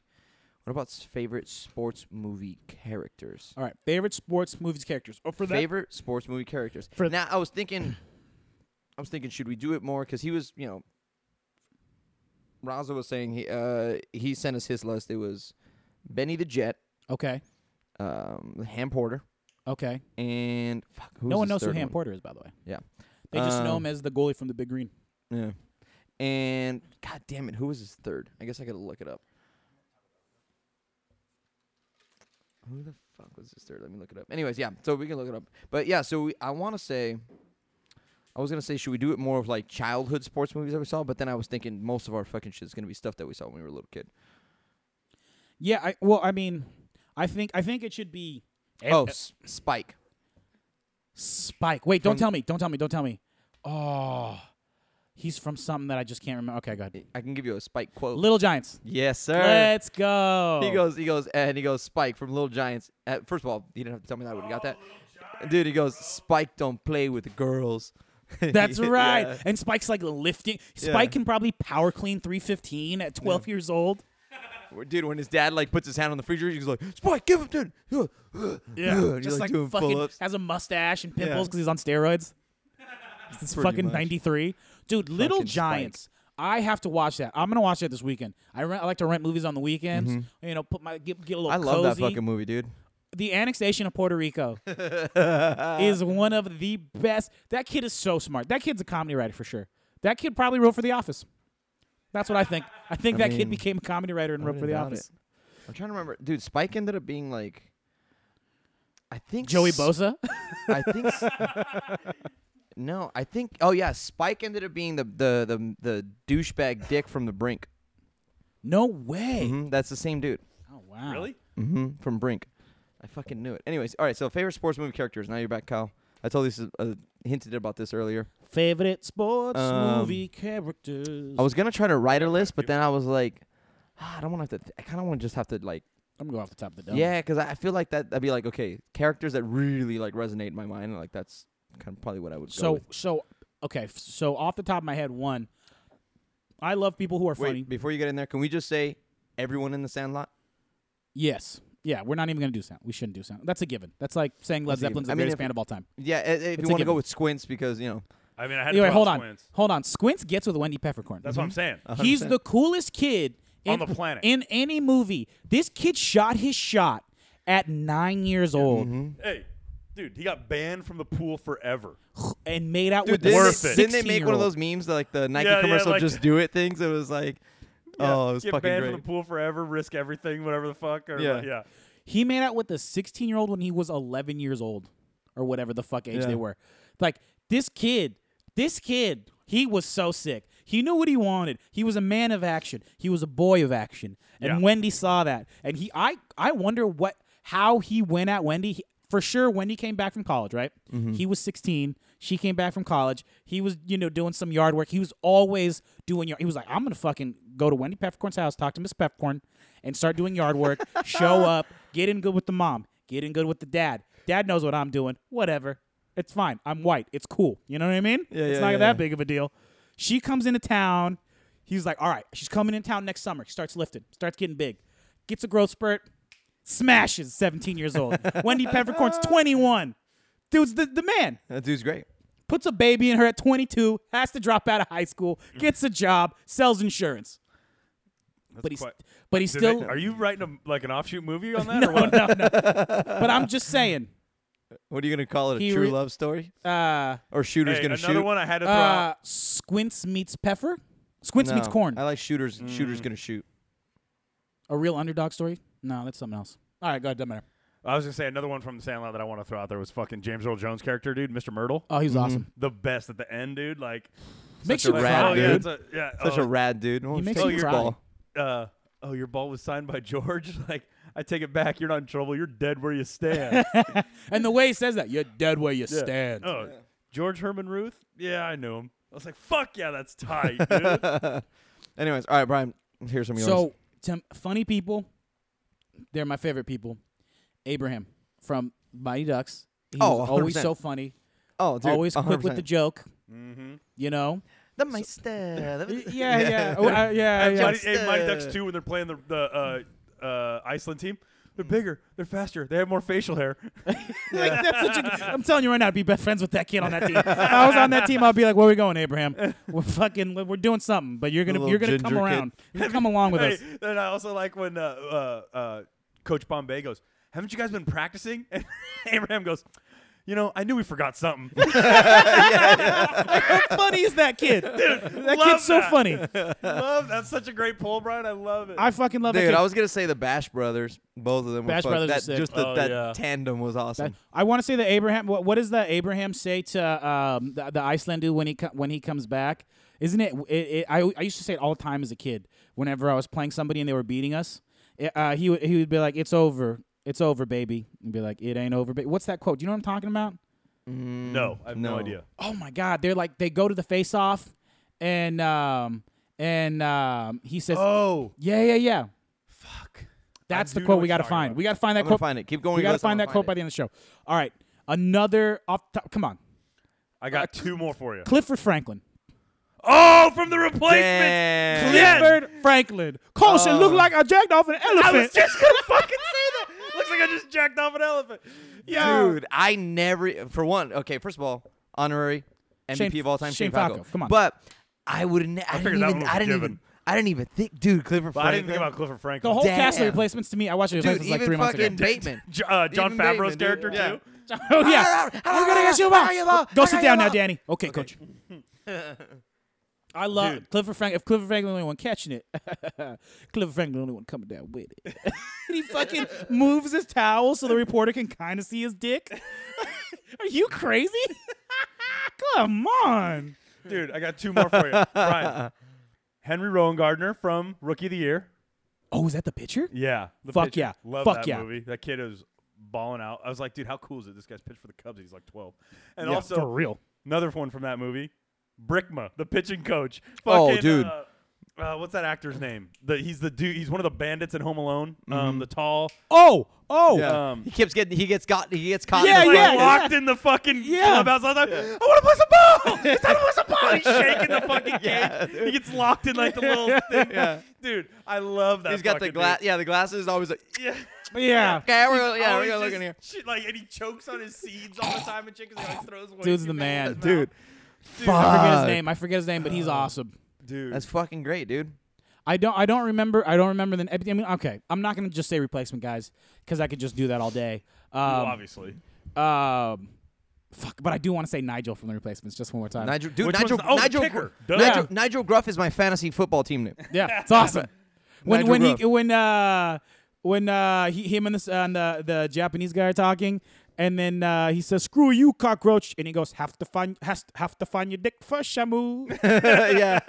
What about s- favorite sports movie characters? All right. Favorite sports movies characters. Oh, for that. favorite sports movie characters. For- now, I was thinking, I was thinking, should we do it more? Because he was, you know, Raza was saying he uh he sent us his list. It was Benny the Jet, Okay. um, Ham Porter, Okay. and fuck, who no was one his knows who third Ham one? Porter is, by the way. Yeah. They just know Um, him as the goalie from the Big Green. Yeah. And god damn it, who was his third? I guess I gotta look it up. Who the fuck was his third? Let me look it up. Anyways, yeah, so we can look it up. But yeah, so we, I want to say, I was gonna say, should we do it more of like childhood sports movies that we saw? But then I was thinking most of our fucking shit's gonna be stuff that we saw when we were a little kid. Yeah. I well, I mean, I think I think it should be. oh, S- Spike. Spike. Wait, don't From- tell me. Don't tell me. Don't tell me. Oh, he's from something that I just can't remember. Okay, go ahead. I can give you a Spike quote. Little Giants. yes, sir. Let's go. He goes, he goes, and he goes, Spike from Little Giants. Uh, first of all, he didn't have to tell me that I would have got that. Dude, he goes, Spike don't play with girls. That's right. Yeah. And Spike's like lifting. Spike can probably power clean 315 at 12 years old. Dude, when his dad like puts his hand on the freezer, he's like, Spike, give him dude. Yeah. And he's, Just like, doing fucking pull-ups. has a mustache and pimples because he's on steroids. It's fucking much. 93. Dude, Little Fucking Spike. Giants. I have to watch that. I'm gonna watch that this weekend. I rent. I like to rent movies on the weekends. You know, put my get, get a little. Mm-hmm. I love that cozy. fucking movie, dude. the annexation of Puerto Rico is one of the best. That kid is so smart. That kid's a comedy writer for sure. That kid probably wrote for The Office. That's what I think. I think I that mean, kid became a comedy writer and I wrote for wouldn't The doubt Office. I'm trying to remember. Dude, Spike ended up being like I think Joey S- Bosa. I think s- No, I think oh yeah, Spike ended up being the the the, the douchebag dick from the brink. no way. Mhm, that's the same dude. Oh wow. Really? hmm from Brink. I fucking knew it. Anyways, all right. So favorite sports movie characters. Now you're back, Kyle. I told you this, uh, hinted about this earlier. Favorite sports Um, movie characters. I was gonna try to write a list, but then I was like, "Ah, I don't want to have to. I kind of want to just have to like, I'm gonna go off the top of the dome. Yeah, 'cause yeah, because I I feel like that. I'd be like, okay, characters that really like resonate in my mind. Like that's kind of probably what I would go So with. so okay. f- So off the top of my head, one. I love people who are Wait, funny. before you get in there, can we just say everyone in the Sandlot? yes. Yeah. We're not even gonna do sound. We shouldn't do sound. That's a given. That's like saying Led That's a given. Zeppelin's the I mean, greatest if- band of all time. Yeah, i- if It's you want a to go given. with Squints, because you know, I mean, I had Yeah, to wait, throw hold out on. Twins. Hold on. Squints gets with Wendy Peppercorn. That's what Mm-hmm. I'm saying. Uh-huh. He's the coolest kid in, On the planet. in any movie. This kid shot his shot at nine years old Mm-hmm. Hey, dude, he got banned from the pool forever. and made out with didn't the worth they, it. Didn't they make one of 16-year-old. those memes, that, like the Nike Yeah, yeah, commercial, like- just do it things? It was like, oh, it was get fucking banned great. from the pool forever, risk everything, whatever the fuck. Or Yeah. like, yeah. He made out with the 16 year old when he was 11 years old or whatever the fuck age Yeah. they were. Like, this kid, this kid, he was so sick. He knew what he wanted. He was a man of action. He was a boy of action. Yeah. And Wendy saw that. And he I I wonder what how he went at Wendy. He, for sure when he came back from college, right? Mm-hmm. He was 16. She came back from college. He was, you know, doing some yard work. He was always doing yard. He was like, I'm gonna fucking go to Wendy Peppercorn's house, talk to Miss Peppercorn, and start doing yard work. show up, get in good with the mom, get in good with the dad. Dad knows what I'm doing. Whatever, it's fine. I'm white. It's cool. You know what I mean? it's yeah, not yeah, that big of a deal. She comes into town. He's like, all right, she's coming in town next summer. She starts lifting, starts getting big, gets a growth spurt, smashes 17 years old. Wendy Peppercorn's 21. Dude's the, the man. That dude's great. Puts a baby in her at 22, has to drop out of high school, gets a job, sells insurance. but he's quite- but he's Did still they- are you writing a, like an offshoot movie on that? no, or what? no, no. But I'm just saying. What are you gonna call it? A He true re- love story? Uh, Or shooters Hey, gonna another shoot? one I had to throw uh, out. Squints meets Peffer. Squints No, meets Corn. I like shooters. Mm. Shooters gonna shoot. a real underdog story? No, that's something else. All right, go ahead. Doesn't matter. I was gonna say another one from the Sandlot that I want to throw out there was fucking James Earl Jones character, dude, Mr. Myrtle. Oh, Mm-hmm. he's awesome. the best at the end, dude. Like Makes a you rad proud. oh, Yeah, dude. it's a, yeah, Such oh, a rad dude. Oh, He makes fuck you this cry. ball. uh, oh, your ball was signed by George. Like, I take it back. You're not in trouble. You're dead where you stand. And the way he says that, you're dead where you Yeah. stand. Oh, George Herman Ruth. Yeah, I knew him. I was like, fuck yeah, that's tight, dude. Mm-hmm. Anyways, all right, Brian. Here's some of yours. So, Tim, funny people, they're my favorite people. Abraham from Mighty Ducks. He's Oh, always 100%. so funny. oh, dude, always quick with 100%. the joke. You know? The Meister. Y- Yeah, yeah. Oh, uh, yeah, And yeah. Mighty, hey, Mighty Ducks too when they're playing the the uh, uh, Iceland team. They're Mm. bigger. They're faster. They have more facial hair. Like, that's such a, I'm telling you right now, I'd be best friends with that kid on that team. If I was on that team, I'd be like, "Where we going, Abraham? We're fucking, we're doing something." But you're gonna, little you're gonna come ginger kid. around. You're gonna come along with hey, us. then I also like when uh, uh, uh, Coach Bombay goes, "Haven't you guys been practicing?" And Abraham goes, "You know, I knew we forgot something." How funny is that kid? that love kid's so that. funny. love that's such a great pull, Brian. I love it. I fucking love that Dude, kid. I was gonna say the Bash Brothers. Both of them. Bash were fuck- Brothers are that, sick. Just the, Oh, that yeah. tandem was awesome. I want to say that Abraham. What, what does that Abraham say to um, the, the Iceland dude when he co- when he comes back? Isn't it, it, it? I I used to say it all the time as a kid. Whenever I was playing somebody and they were beating us, it, uh, he would he would be like, "It's over, it's over, baby," and be like, "It ain't over." But what's that quote? Do you know what I'm talking about? no, I have no, Mm-hmm. no. idea. oh my god they're like they go to the face off and um and um he says Oh, yeah yeah yeah fuck that's I do the know quote what we you're gotta talking find about. we gotta find that I'm gonna quote find it. Keep going. we you gotta guys. I'm find gonna that quote by the end of the show all right another off the top come on I got two more for you. clifford franklin Oh, from the replacement. Damn. Yes. clifford franklin coach it looked like Oh. i jacked off an I elephant was just gonna fucking say that. Looks like I just jacked off an elephant. Yeah. Dude, I never. For one, okay. First of all, honorary MVP Shane- of all time, Shane Shane Falco. Falco, come on. But I would. Ne- I, figured didn't that even. one I was didn't given. even. I didn't even think, dude. Clifford. But I didn't think Franklin. about Clifford Franklin. the whole cast of Damn. replacements to me i watched the Dude, replacements like even three months fucking ago Bateman. J- uh, John Even Favreau's Bateman, dude. character Yeah. too. oh yeah We're we're gonna get you ball. back go sit down now Dan. danny okay, coach I love Dude. Clifford Franklin. If Clifford Franklin the only one catching it, Clifford Franklin the only one coming down with it. and he fucking moves his towel so the reporter can kind of see his dick. Are you crazy? Come on. Dude, I got two more for you. Brian. Henry Rowan Gardner from Rookie of the Year. Oh, is that the picture? Yeah. The Fuck pitcher. yeah. Love Fuck that yeah. movie. That kid is balling out. I was like, dude, how cool is it? This guy's pitched for the Cubs. He's like 12. And Yeah, also for real. another one from that movie, Brickma, the pitching coach. Oh, Fucking, dude. Uh, uh, what's that actor's name? The, he's the dude. He's one of the bandits in Home Alone. Um, Mm-hmm. the tall. Oh, oh. Um, He keeps getting. He gets got. He gets caught. Yeah, in the like, yeah. locked in the fucking Yeah. clubhouse all the time. I want to play some ball. It's time to play some ball. He's shaking the fucking cage. he gets locked in like the little thing. Dude, I love that. He's got the fucking glass. dude. Yeah, the glasses always like. Yeah. Yeah. Okay, we're gonna, yeah, we're Always gonna look just in here. Shit, like, and he chokes on his seeds all the time, and chickens always throws away. Dude's too the many in man. his mouth. Dude. I forget his Fuck. name. I forget his name, but he's awesome. dude. That's fucking great, dude. I don't. I don't remember. I don't remember the. I mean, okay. I'm not gonna just say replacement guys because I could just do that all day. Well, Um, obviously. um, fuck. But I do want to say Nigel from the replacements just one more time. Nigel, dude, Which one's Nigel, the- oh, the Nigel, kicker. Gru- Duh. Nigel, Nigel Gruff is my fantasy football team name. Yeah, it's awesome. when Nigel when he Gruff. when uh when uh he, him and this and the the Japanese guy are talking. And then uh, he says, "Screw you, cockroach!" And he goes, "Have to find, has have to find your dick first, Shamu." yeah.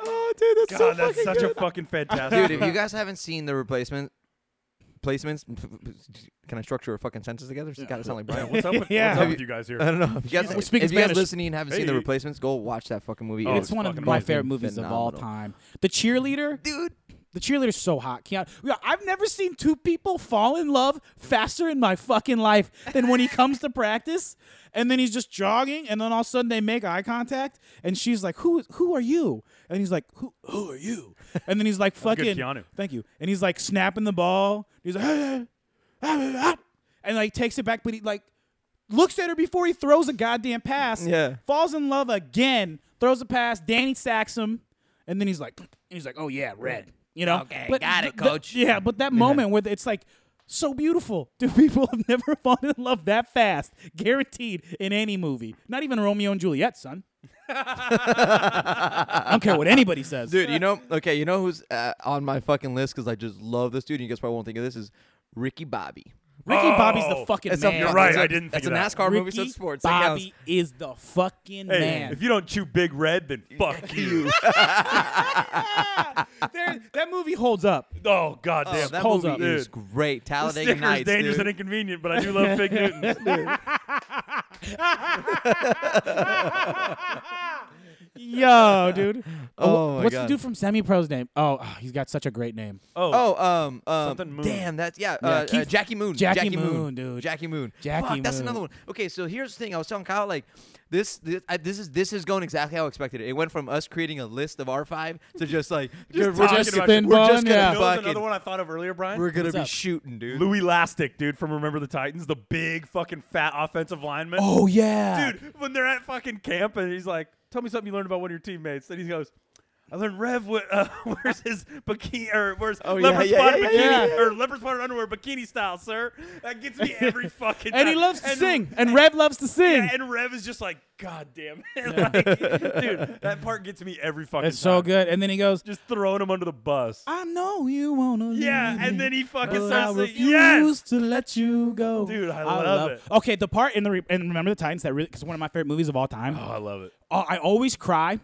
oh, dude, that's God, that's such a fucking fantastic. Dude, if you guys haven't seen the replacement, placements. Can I structure a fucking sentence together? It's got to sound like Yeah, Brian. what's up with, Yeah. what's up with you guys here? I don't know. If you guys, We speak if you guys Spanish. listening and haven't seen the Hey. replacements, go watch that fucking movie. Oh, it's one of fucking my amazing. favorite movies of all Phenomenal. time. The cheerleader, dude. the cheerleader's so hot. Keanu, yeah, I've never seen two people fall in love faster in my fucking life than when he comes to practice, and then he's just jogging, and then all of a sudden they make eye contact, and she's like, "Who? Who are you?" And he's like, "Who? Who are you?" And then he's like, good, "Fucking Keanu. thank you," and he's like snapping the ball. He's like, and like takes it back, but he like looks at her before he throws a goddamn pass. Yeah. Falls in love again, throws a pass, Danny sacks him, and then he's like, and he's like, oh yeah, red. You know? Okay, got it, coach. yeah, but that moment where it's like so beautiful. Do people have never fallen in love that fast? Guaranteed in any movie. Not even Romeo and Juliet, son. I don't care what anybody says. Dude, you know, okay, you know who's uh, on my fucking list because I just love this dude. And you guys probably won't think of this is Ricky Bobby. Ricky Bobby's the Oh, fucking That's a- man. You're right, that's a- I didn't That's think a of that. NASCAR movie, Ricky so it's sports. that counts. Bobby is the fucking Hey, man. if you don't chew Big Red, then fuck you. There- that movie holds up. oh god Oh, damn. that Holds movie up. is Dude. great. Talladega Snickers Nights, dangerous dude. Oh, and Oh. inconvenient, but I do love Fig Newton. Yo, dude. Oh, my what's God. the dude from Semi Pro's name? Oh, oh, he's got such a great name. Oh, Oh, um, um Something Moon. damn, that's yeah, Yeah, uh, uh, Keith- Jackie Moon, Jackie Moon, dude. Jackie Moon, Jackie Fuck, that's another Moon. one. Okay, so here's the thing. I was telling Kyle like this, this, I, this is this is going exactly how I expected it. It went from us creating a list of our five to just like dude, we're talking just about spin you. we're just balling, gonna yeah. You know what's another fucking one I thought of earlier, Brian. we're gonna What's be up? shooting, dude. Louis Lastic, dude, from Remember the Titans, the big fucking fat offensive lineman. Oh yeah, dude, when they're at fucking camp and he's like, "Tell me something you learned about one of your teammates," and he goes. I learned Rev wi- uh, wears his bikini or wears yeah, leopard yeah, spotted yeah, bikini Oh, yeah, yeah. or leopard spotted underwear bikini style, sir. That gets me every fucking time. And he loves to sing, and Rev loves to sing. Yeah, and Rev is just like, God damn it. Like, dude, that part gets me every fucking it's so time. good. And then he goes, Just throwing him under the bus. "I know you wanna." yeah, leave and me, then he fucking but I starts saying, refuse Yes! to let you go, Dude, I love it. Okay, the part in the re- and remember the Titans that really because one of my favorite movies of all time. Oh, I love it. Oh, I always cry.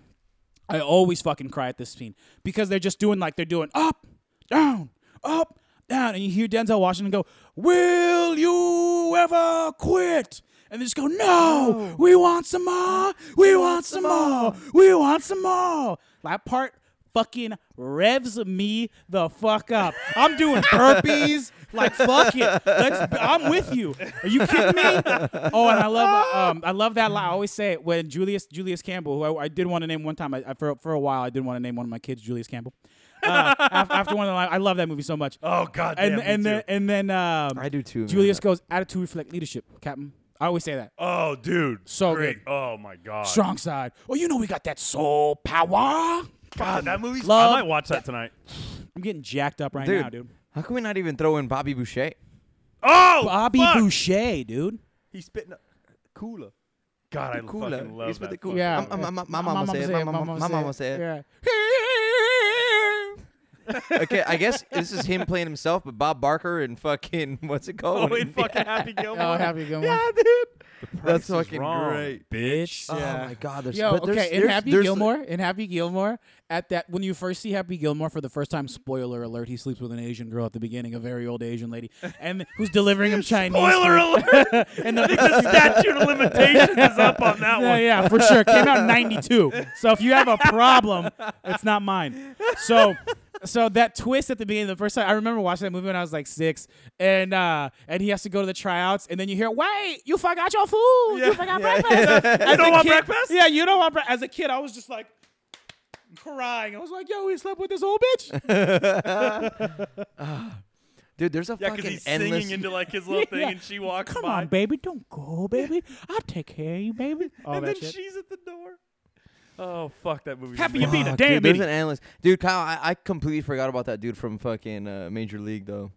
I always fucking cry at this scene because they're just doing like they're doing up, down, up, down, and you hear Denzel Washington go, "Will you ever quit?" And they just go, "No, we want some more. We want some more. We want some more." That part fucking revs me the fuck up. I'm doing burpees. Like fuck it, Let's, I'm with you. Are you kidding me? Oh, and I love um, I love that line. I always say it when Julius Julius Campbell, who I, I did want to name one time. I, I- for for a while, I did want to name one of my kids Julius Campbell. Uh, af- after one of the line, I love that movie so much. Oh, God damn. and me and too. then and then um, I do too, man. Julius goes attitude reflect leadership, Captain. I always say that Oh, dude. So great. good. Oh, my God. strong side. Oh, you know we got that soul power. God, that movie's. Love- I might watch that tonight. I'm getting jacked up right dude, now, dude. How can we not even throw in Bobby Boucher? Oh! Bobby fuck! Boucher, dude. He's spitting up. Cooler. God, I Cooler. fucking love He's with that. the cooler. Um, fucking- um, um, um, my mama said, my mama- my mama said. Yeah. okay, I guess this is him playing himself, but Bob Barker and fucking what's it Oh, called? in fucking Happy Gilmore. Oh, Happy Gilmore. Yeah, dude. That's This is fucking wrong, great. Bitch. Oh my god, there's Yo, but there's, okay. In there's- Happy there's- Gilmore, in Happy Gilmore, at that when you first see Happy Gilmore for the first time, spoiler alert, he sleeps with an Asian girl at the beginning, a very old Asian lady, and who's delivering him Chinese. Spoiler food. alert! And the, the statute of limitations is up on that yeah, one. yeah, for sure. Came out in '92. So if you have a problem, it's not mine. So, so that twist at the beginning, the first time I remember watching that movie when I was like six, and uh, and he has to go to the tryouts, and then you hear, "Wait, you forgot your food. you forgot breakfast. As don't a want kid- breakfast? Yeah, you don't want breakfast." As a kid, I was just like crying. I was like, "Yo, he slept with this old bitch." Ah, Dude, there's a Yeah, because fucking he's endless. singing into like his little thing, Yeah. and she walks Come by, on, baby, don't go, baby. I'll take care of you, baby. All and that then shit. she's at the door. Oh fuck, that movie. Happy you beat a Fuck, damn dude, there's idiot. an analyst, dude. Kyle, I, I completely forgot about that dude from fucking uh, Major League though,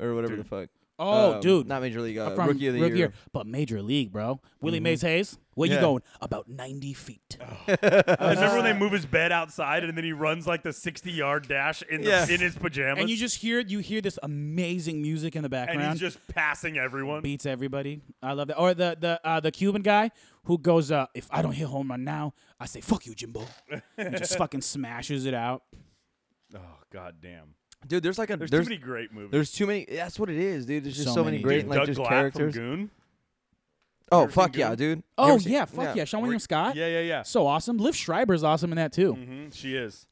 or whatever the fuck. Oh, Um, dude. not Major League. Uh, from rookie of the year. Mm-hmm. But major league, bro. Willie Mays Hayes, where you Yeah. going? About 90 feet. Oh. I remember when they move his bed outside, and then he runs like the sixty-yard dash in the, Yeah. in his pajamas, and you just hear you hear this amazing music in the and background. he's just passing everyone. beats everybody. I love that. Or the the uh, the Cuban guy who goes, uh, if I don't hit home run now, I say fuck you, Jimbo. and just fucking smashes it out. Oh god damn. dude. There's like a There's, there's there's too many great movies. That's what it is, dude. There's just So so, many many, dude. great Dude, like Doug just Glatt characters. from Goon. Oh ever seen fuck yeah, Goon? dude. You Oh ever seen- yeah, fuck yeah. Sean William Scott. Yeah, yeah, yeah. So awesome. Liv Schreiber's awesome in that too. hmm She is.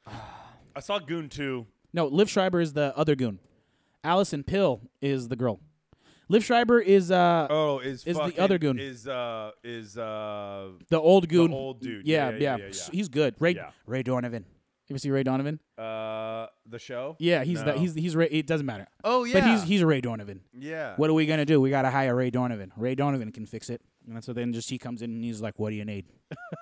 I saw Goon too. No, Liv Schreiber is the other goon. Allison Pill is the girl. Liv Schreiber is uh Oh, is Is the fucking- other goon. is uh is uh the old goon. old dude. Yeah, Yeah, yeah. yeah, yeah, S- yeah. He's good. Ray Yeah. Ray Donovan. You ever see Ray Donovan? uh the show? Yeah, he's the No. he's he's Ray. It doesn't matter. Oh yeah. But he's he's Ray Donovan. yeah. What are we gonna do? We gotta hire Ray Donovan. Ray Donovan can fix it. And so then just he comes in and he's like, "What do you need?"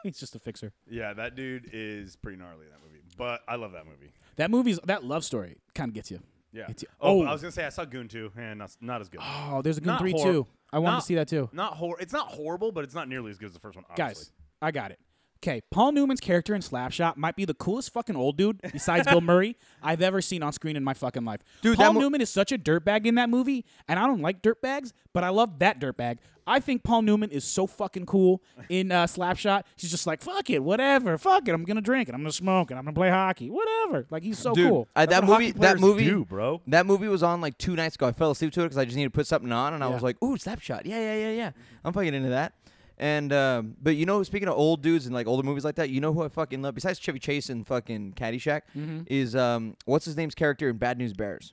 he's just a fixer. Yeah, that dude is pretty gnarly in that movie. But I love that movie. That movie's that love story kind of gets you. Yeah. It's- oh, oh. I was gonna say I saw Goon too, and not, not as good. Oh, there's a Goon Not three hor- too. I wanted not- to see that too. Not hor- It's not horrible, but it's not nearly as good as the first one. Obviously. Guys, I got it. Okay, Paul Newman's character in Slapshot might be the coolest fucking old dude besides Bill Murray I've ever seen on screen in my fucking life. Dude, Paul that mo- Newman is such a dirtbag in that movie, and I don't like dirtbags, but I love that dirtbag. I think Paul Newman is so fucking cool in uh, Slapshot. He's just like, fuck it, whatever, fuck it. I'm gonna drink it. I'm gonna smoke it. I'm gonna play hockey, whatever. Like he's so Dude, Oh, cool. I, that That's what movie. hockey That players movie. do, bro. That movie was on like two nights ago. I fell asleep to it because I just needed to put something on, and I was Yeah. like, "Ooh, Slapshot! Yeah, yeah, yeah, yeah." I'm fucking into that. And um, but you know, speaking of old dudes and like older movies like that, you know who I fucking love besides Chevy Chase and fucking Caddyshack Mm-hmm. is um, what's his name's character in Bad News Bears.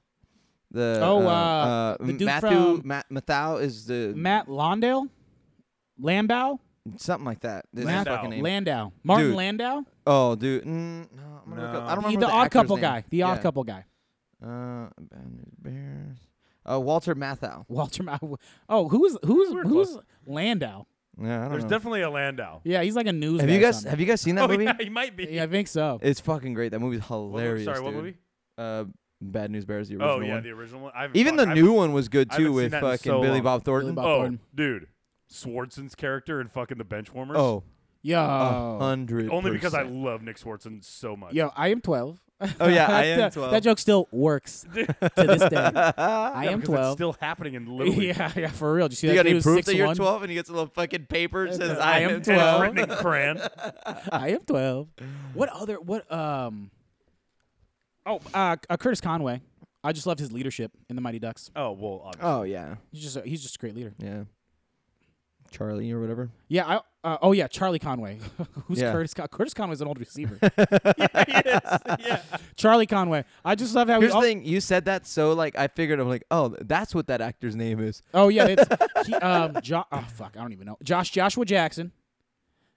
The Oh, uh, uh, uh, the dude Matthew from- Matt Mathau is the Matt Londale, Landau, something like that. That's his Matt fucking name. Landau, Martin Dude. Landau, Oh, dude, mm, no, I'm gonna look No. up. I don't the, remember the what Odd actor's Couple name- guy, the Odd yeah. Couple guy. Uh, Bad News Bears. Uh, Walter Matthau. Walter. Ma- Oh, who's who's who's Landau? Yeah, I don't There's know. definitely a Landau. Yeah, he's like a news. Have guy you or guys something. have you guys seen that oh movie? yeah, he might be. Yeah, I think so. It's fucking great. That movie's What movie- hilarious. Sorry, what dude. movie? Uh, Bad News Bears, the original Oh yeah, one. the original one. I haven't- Even fuck, the I new one was good I too, haven't seen with that in fucking so Billy long. Bob Thornton. Billy Bob- haven't- Oh, Thornton. dude, Swartzen's character in fucking the Benchwarmers. Oh, Yo, a hundred. Oh. only because I percent. love Nick Swartzen so much. yo, I am twelve. Oh yeah, I That- am twelve. That joke still works to this day. I Yeah, because am It's twelve. still happening in little. League. yeah, yeah, for real. Did you see you that got dude any was proof that you're 6'1"? 12 and he gets a little fucking paper that says says, "I I am am And 12." 12. it's written in crayon. I am twelve. What other? What um? Oh, uh, uh, Curtis Conway. I just loved his leadership in the Mighty Ducks. Oh well, obviously. Oh yeah, He's just a, he's just a great leader. yeah. Charlie or whatever. Yeah. I, uh, oh yeah, Charlie Conway. Who's Yeah. Curtis? Con- Curtis Conway's an old receiver. yes, yeah. Charlie Conway. I just love how Here's he. the thing. You said that, so like I figured I'm like, oh, that's what that actor's name is. Oh yeah, it's he, um, jo- oh fuck, I don't even know. Josh Joshua Jackson,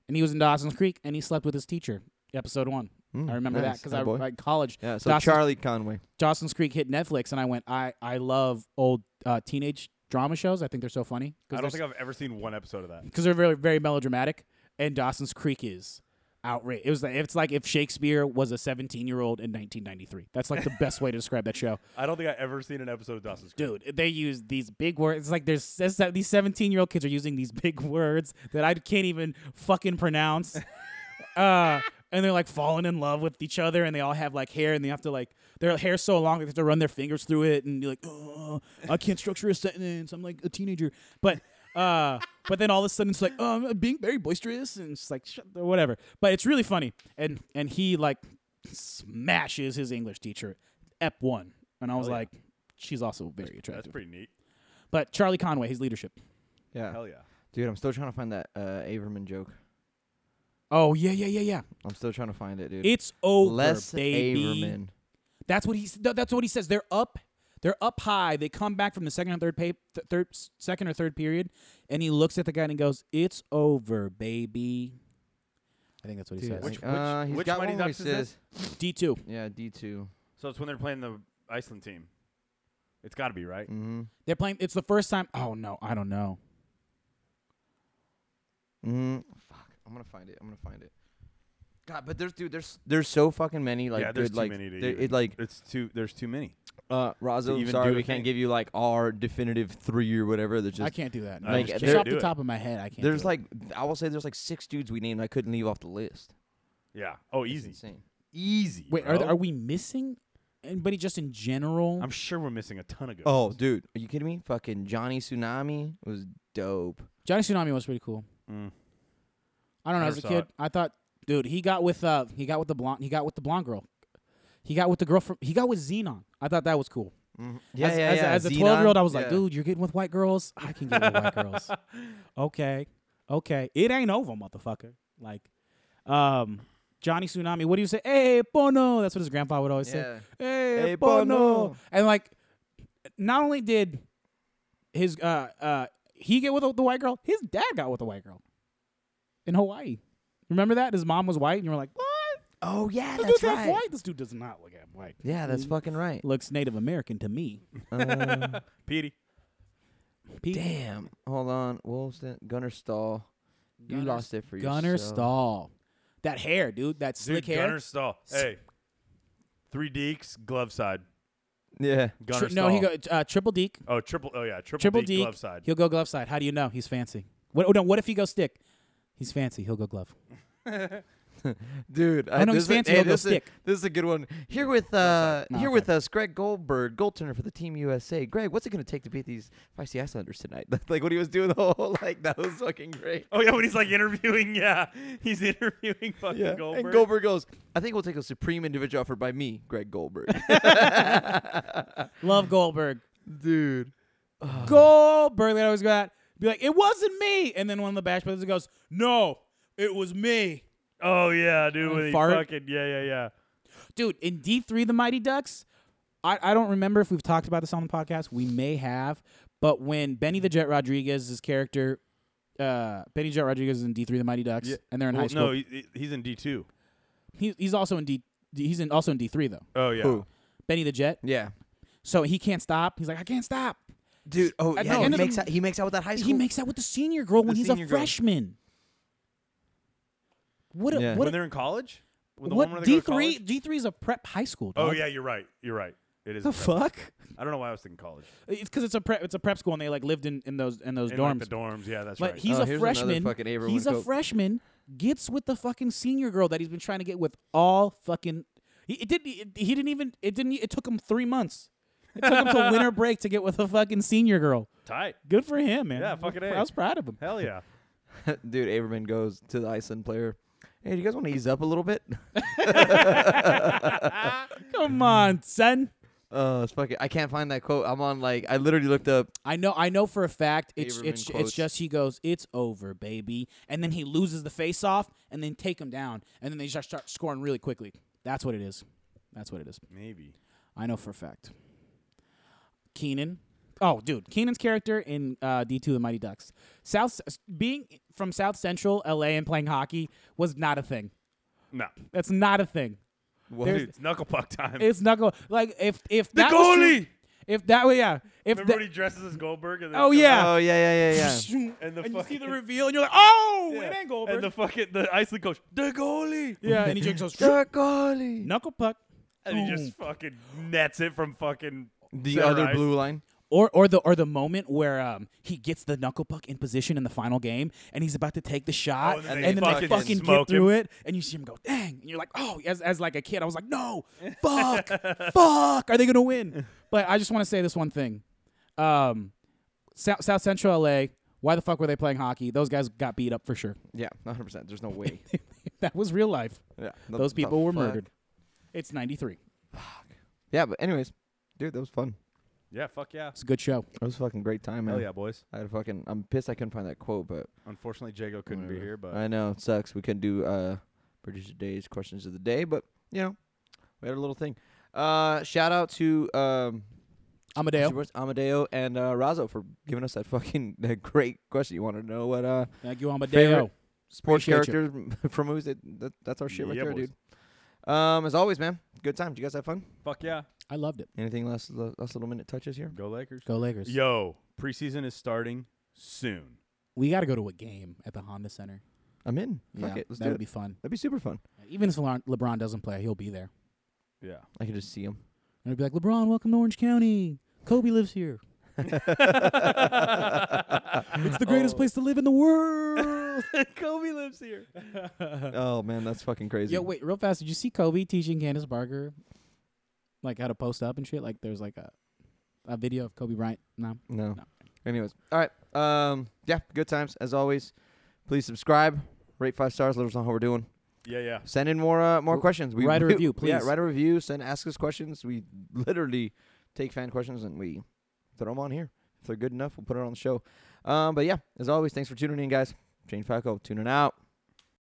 and he was in Dawson's Creek, and he slept with his teacher. Episode one, I remember nice. that Oh, because boy. I, I college. Yeah. So Dawson's, Charlie Conway. Dawson's Creek hit Netflix, and I went, I I love old uh, teenage drama shows. I think they're so funny I don't because think I've ever seen one episode of that. they're very very melodramatic, and Dawson's Creek is. Outrage! It was like it's like if Shakespeare was a 17 year old in 1993. That's like the best way to describe that show. I don't think I've ever seen an episode of Dawson's Creek. dude they use these big words it's like there's there's that- these 17 year old kids are using these big words that i can't even fucking pronounce uh and they're like falling in love with each other and they all have like hair and they have to like their hair's so long they have to run their fingers through it and you're like oh, i can't structure a sentence i'm like a teenager but uh but then all of a sudden it's like oh, i'm being very boisterous and it's like Shut the, whatever but it's really funny and and he like smashes his english teacher ep one and i was like she's also very That's attractive pretty neat. but Charlie Conway, his leadership. Yeah. Hell yeah. Dude, I'm still trying to find that uh, Averman joke. Oh yeah, yeah, yeah, yeah. I'm still trying to find it, dude. It's over, Les baby. Averman. That's what he. s- That's what he says. They're up. They're up high. They come back from the second or third pay, th- third s- second or third period, and he looks at the guy and he goes, "It's over, baby." I think that's what he Dude, says. Which- uh, which- he's which got Mighty one where he Ducks is this? says, D two. yeah, D2. So it's when they're playing the Iceland team. It's got to be right. Mm-hmm. They're playing. It's the first time. Oh no, I don't know. Mm-hmm. Fuck. I'm going to find it. I'm going to find it. God, but there's dude, there's there's so fucking many like yeah, there's good too like many to there- even- it like It's too. There's too many. uh Razo, even sorry do we a can't thing. give you like our definitive 3 or whatever. There's I just can't do that. No. I Like, just just off can't the do it. top of my head, I can't. there's do it. like I will say there's like 6 dudes we named I couldn't leave off the list. Yeah. Oh, It's easy. insane. Easy. wait, are, bro. there, are we missing anybody just in general? I'm sure we're missing a ton of good. Oh, dude, are you kidding me? Fucking Johnny Tsunami was dope. Johnny Tsunami was pretty cool. Mm. I don't know. Never As a saw kid, it. I thought, dude, he got with uh, he got with the blonde, he got with the blonde girl. He got with the girl from. He got with Xenon. I thought that was cool. Yeah, Mm-hmm. as, yeah, as, yeah. as a Xenon. twelve year old, I was like, Yeah. dude, you're getting with white girls. I can get with white girls. Okay, okay. It ain't over, motherfucker. Like, um, Johnny Tsunami. What do you say? Hey, Bono. That's what his grandpa would always say. Yeah. Hey, Hey, Bono. Bono. Eh, And like, not only did his uh uh he get with the white girl, his dad got with the white girl in Hawaii. Remember that his mom was white, and you were like, what? Oh yeah, This that's dude's half right. white. This dude does not look half white. Yeah, that's Mm. fucking right. Looks Native American to me. Uh, Petey. Pete damn. Hold on, Wolfson, Gunner Stall. You Gunnar- lost it for yourself. Gunner Stahl. That hair, dude. That Dude, slick hair. Gunner Stall. Hey. Three deeks, glove side. Yeah. Gunner Tri- no, he Staal. go uh, triple deek. Oh, triple. Oh yeah, triple, Triple deke, deek. glove side. He'll go glove side. How do you know? He's fancy. What? Oh, no, what if he goes stick? He's fancy. He'll go glove. Dude, I know Uh, this he's is- fancy, hey, don't go this is- stick. This is a good one. Here with uh, No, here okay. with us, Greg Goldberg, goaltender for the Team USA. Greg, what's it gonna take to beat these feisty Icelanders tonight? That's like what he was doing the whole like that was fucking great. Oh yeah, when he's like interviewing, yeah, he's interviewing fucking Yeah, Goldberg. and Goldberg goes, I think we'll take a supreme individual offered by me, Greg Goldberg. Love Goldberg. Dude, Oh. Goldberg. That always got be like, it wasn't me. And then one of the Bash Brothers goes, no, it was me. Oh yeah, dude, when he Fart. fucking yeah, yeah, yeah. dude in d3 the mighty ducks I, I don't remember if we've talked about this on the podcast we may have but when benny the jet rodriguez's character uh, benny jet rodriguez is in d3 the mighty ducks and they're in high Well, school No, he, he- he's in D two. he, he's also in d he's in also in d3 though Oh yeah. Who? benny the jet yeah, so he can't stop he's like i can't stop dude. Oh At the yeah, he end of the- makes out, he makes out with that high school. he makes out with the senior girl when he's a senior girl. freshman what a Yeah. what When a, they're in college. When the what one D D three D three is a prep high school. Oh dog. yeah, you're right. You're right. It is. the in prep. fuck? I don't know why I was thinking college. It's because it's a prep it's a prep school and they like lived in, in those in those In, like, dorms. the dorms. Yeah, that's But right. he's Oh, a here's another freshman. fucking Averwood He's a Coke. freshman. Gets with the fucking senior girl that he's been trying to get with all fucking. He, it didn't. It, he didn't even. It didn't. It took him three months. It took him till winter break to get with a fucking senior girl. Tight. Good for him, man. Yeah, fucking I A. was proud of him. Hell yeah. dude, Averman goes to the Iceland player. Hey, do you guys want to ease up a little bit? Come on, son. Oh, it's fucking. I can't find that quote. I'm on like I literally looked up. I know. I know for a fact. It's Averman it's it's quotes. just he goes. It's over, baby. And then he loses the face off, and then take him down, and then they just start scoring really quickly. That's what it is. That's what it is. Maybe. I know for a fact. Keenan. Oh, dude, Keenan's character in uh, D2 The Mighty Ducks. South being from South Central LA and playing hockey was not a thing. No. That's not a thing. There's- Dude, it's knuckle puck time. It's knuckle like if if the that was true- goalie. if that way yeah if Remember that, when he dresses as Goldberg? And then oh comes yeah Oh yeah, yeah, yeah, yeah. out And the and you see fucking. the reveal and you're like oh yeah. it ain't Goldberg And the fucking the Iceland coach, the goalie, yeah and he just goes Dirk Goalie. knuckle puck and he just fucking nets it from fucking The center other ice. Oh, blue line. Or or the or the moment where um he gets the knuckle puck in position in the final game and he's about to take the shot Oh, and, and then they fucking, fucking get smoke through it and you see him go dang and you're like oh as as like a kid I was like no fuck fuck are they gonna win but I just want to say this one thing um South, South Central LA why the fuck were they playing hockey those guys got beat up for sure Yeah, 100. percent There's no way. that was real life Yeah, the- those the people were fuck? murdered it's ninety three Yeah, but anyways, dude, that was fun. Yeah, fuck yeah. it's a good show That was a fucking great time, man. Hell yeah, boys. I had a fucking. I'm pissed I couldn't find that quote, but Unfortunately, Jago couldn't be whatever. here, but I know it sucks. We couldn't do uh producer days questions of the day, but you know, we had a little thing. Uh, shout out to um Amadeo Mr. Woods, Amadeo and uh, Razzo for giving us that fucking that great question. You wanted to know what uh thank you Amadeo Favorite sports Appreciate you. characters from movies? That, that, that's our shit right Yeah, there, boys. dude. Um, as always, man, good time. Did you guys have fun? fuck yeah. I loved it Anything last last little minute touches here? Go Lakers. go Lakers Yo, preseason is starting soon. We got to go to a game at the Honda Center. I'm in. Fuck it, let's that do would it. be fun. That'd be super fun. Even if LeBron, LeBron doesn't play, he'll be there. Yeah. I could just see him. And he'll be like, LeBron, welcome to Orange County. Kobe lives here. it's the greatest place to live in the world. Kobe lives here. Oh man, that's fucking crazy. Yo, wait, real fast. Did you see Kobe teaching Candace Barker like how to post up and shit? Like there's like a a video of Kobe Bryant. No. No. No. Anyways, all right. Um, yeah, good times as always. Please subscribe, rate five stars, let us know how we're doing. Yeah, yeah. Send in more uh, more questions. We write a we- review, Yeah, please. write a review. Send ask us questions. We literally take fan questions and we throw them on here. If they're good enough, we'll put it on the show. Um, but yeah, as always, thanks for tuning in, guys. Jane Falco, tuning out.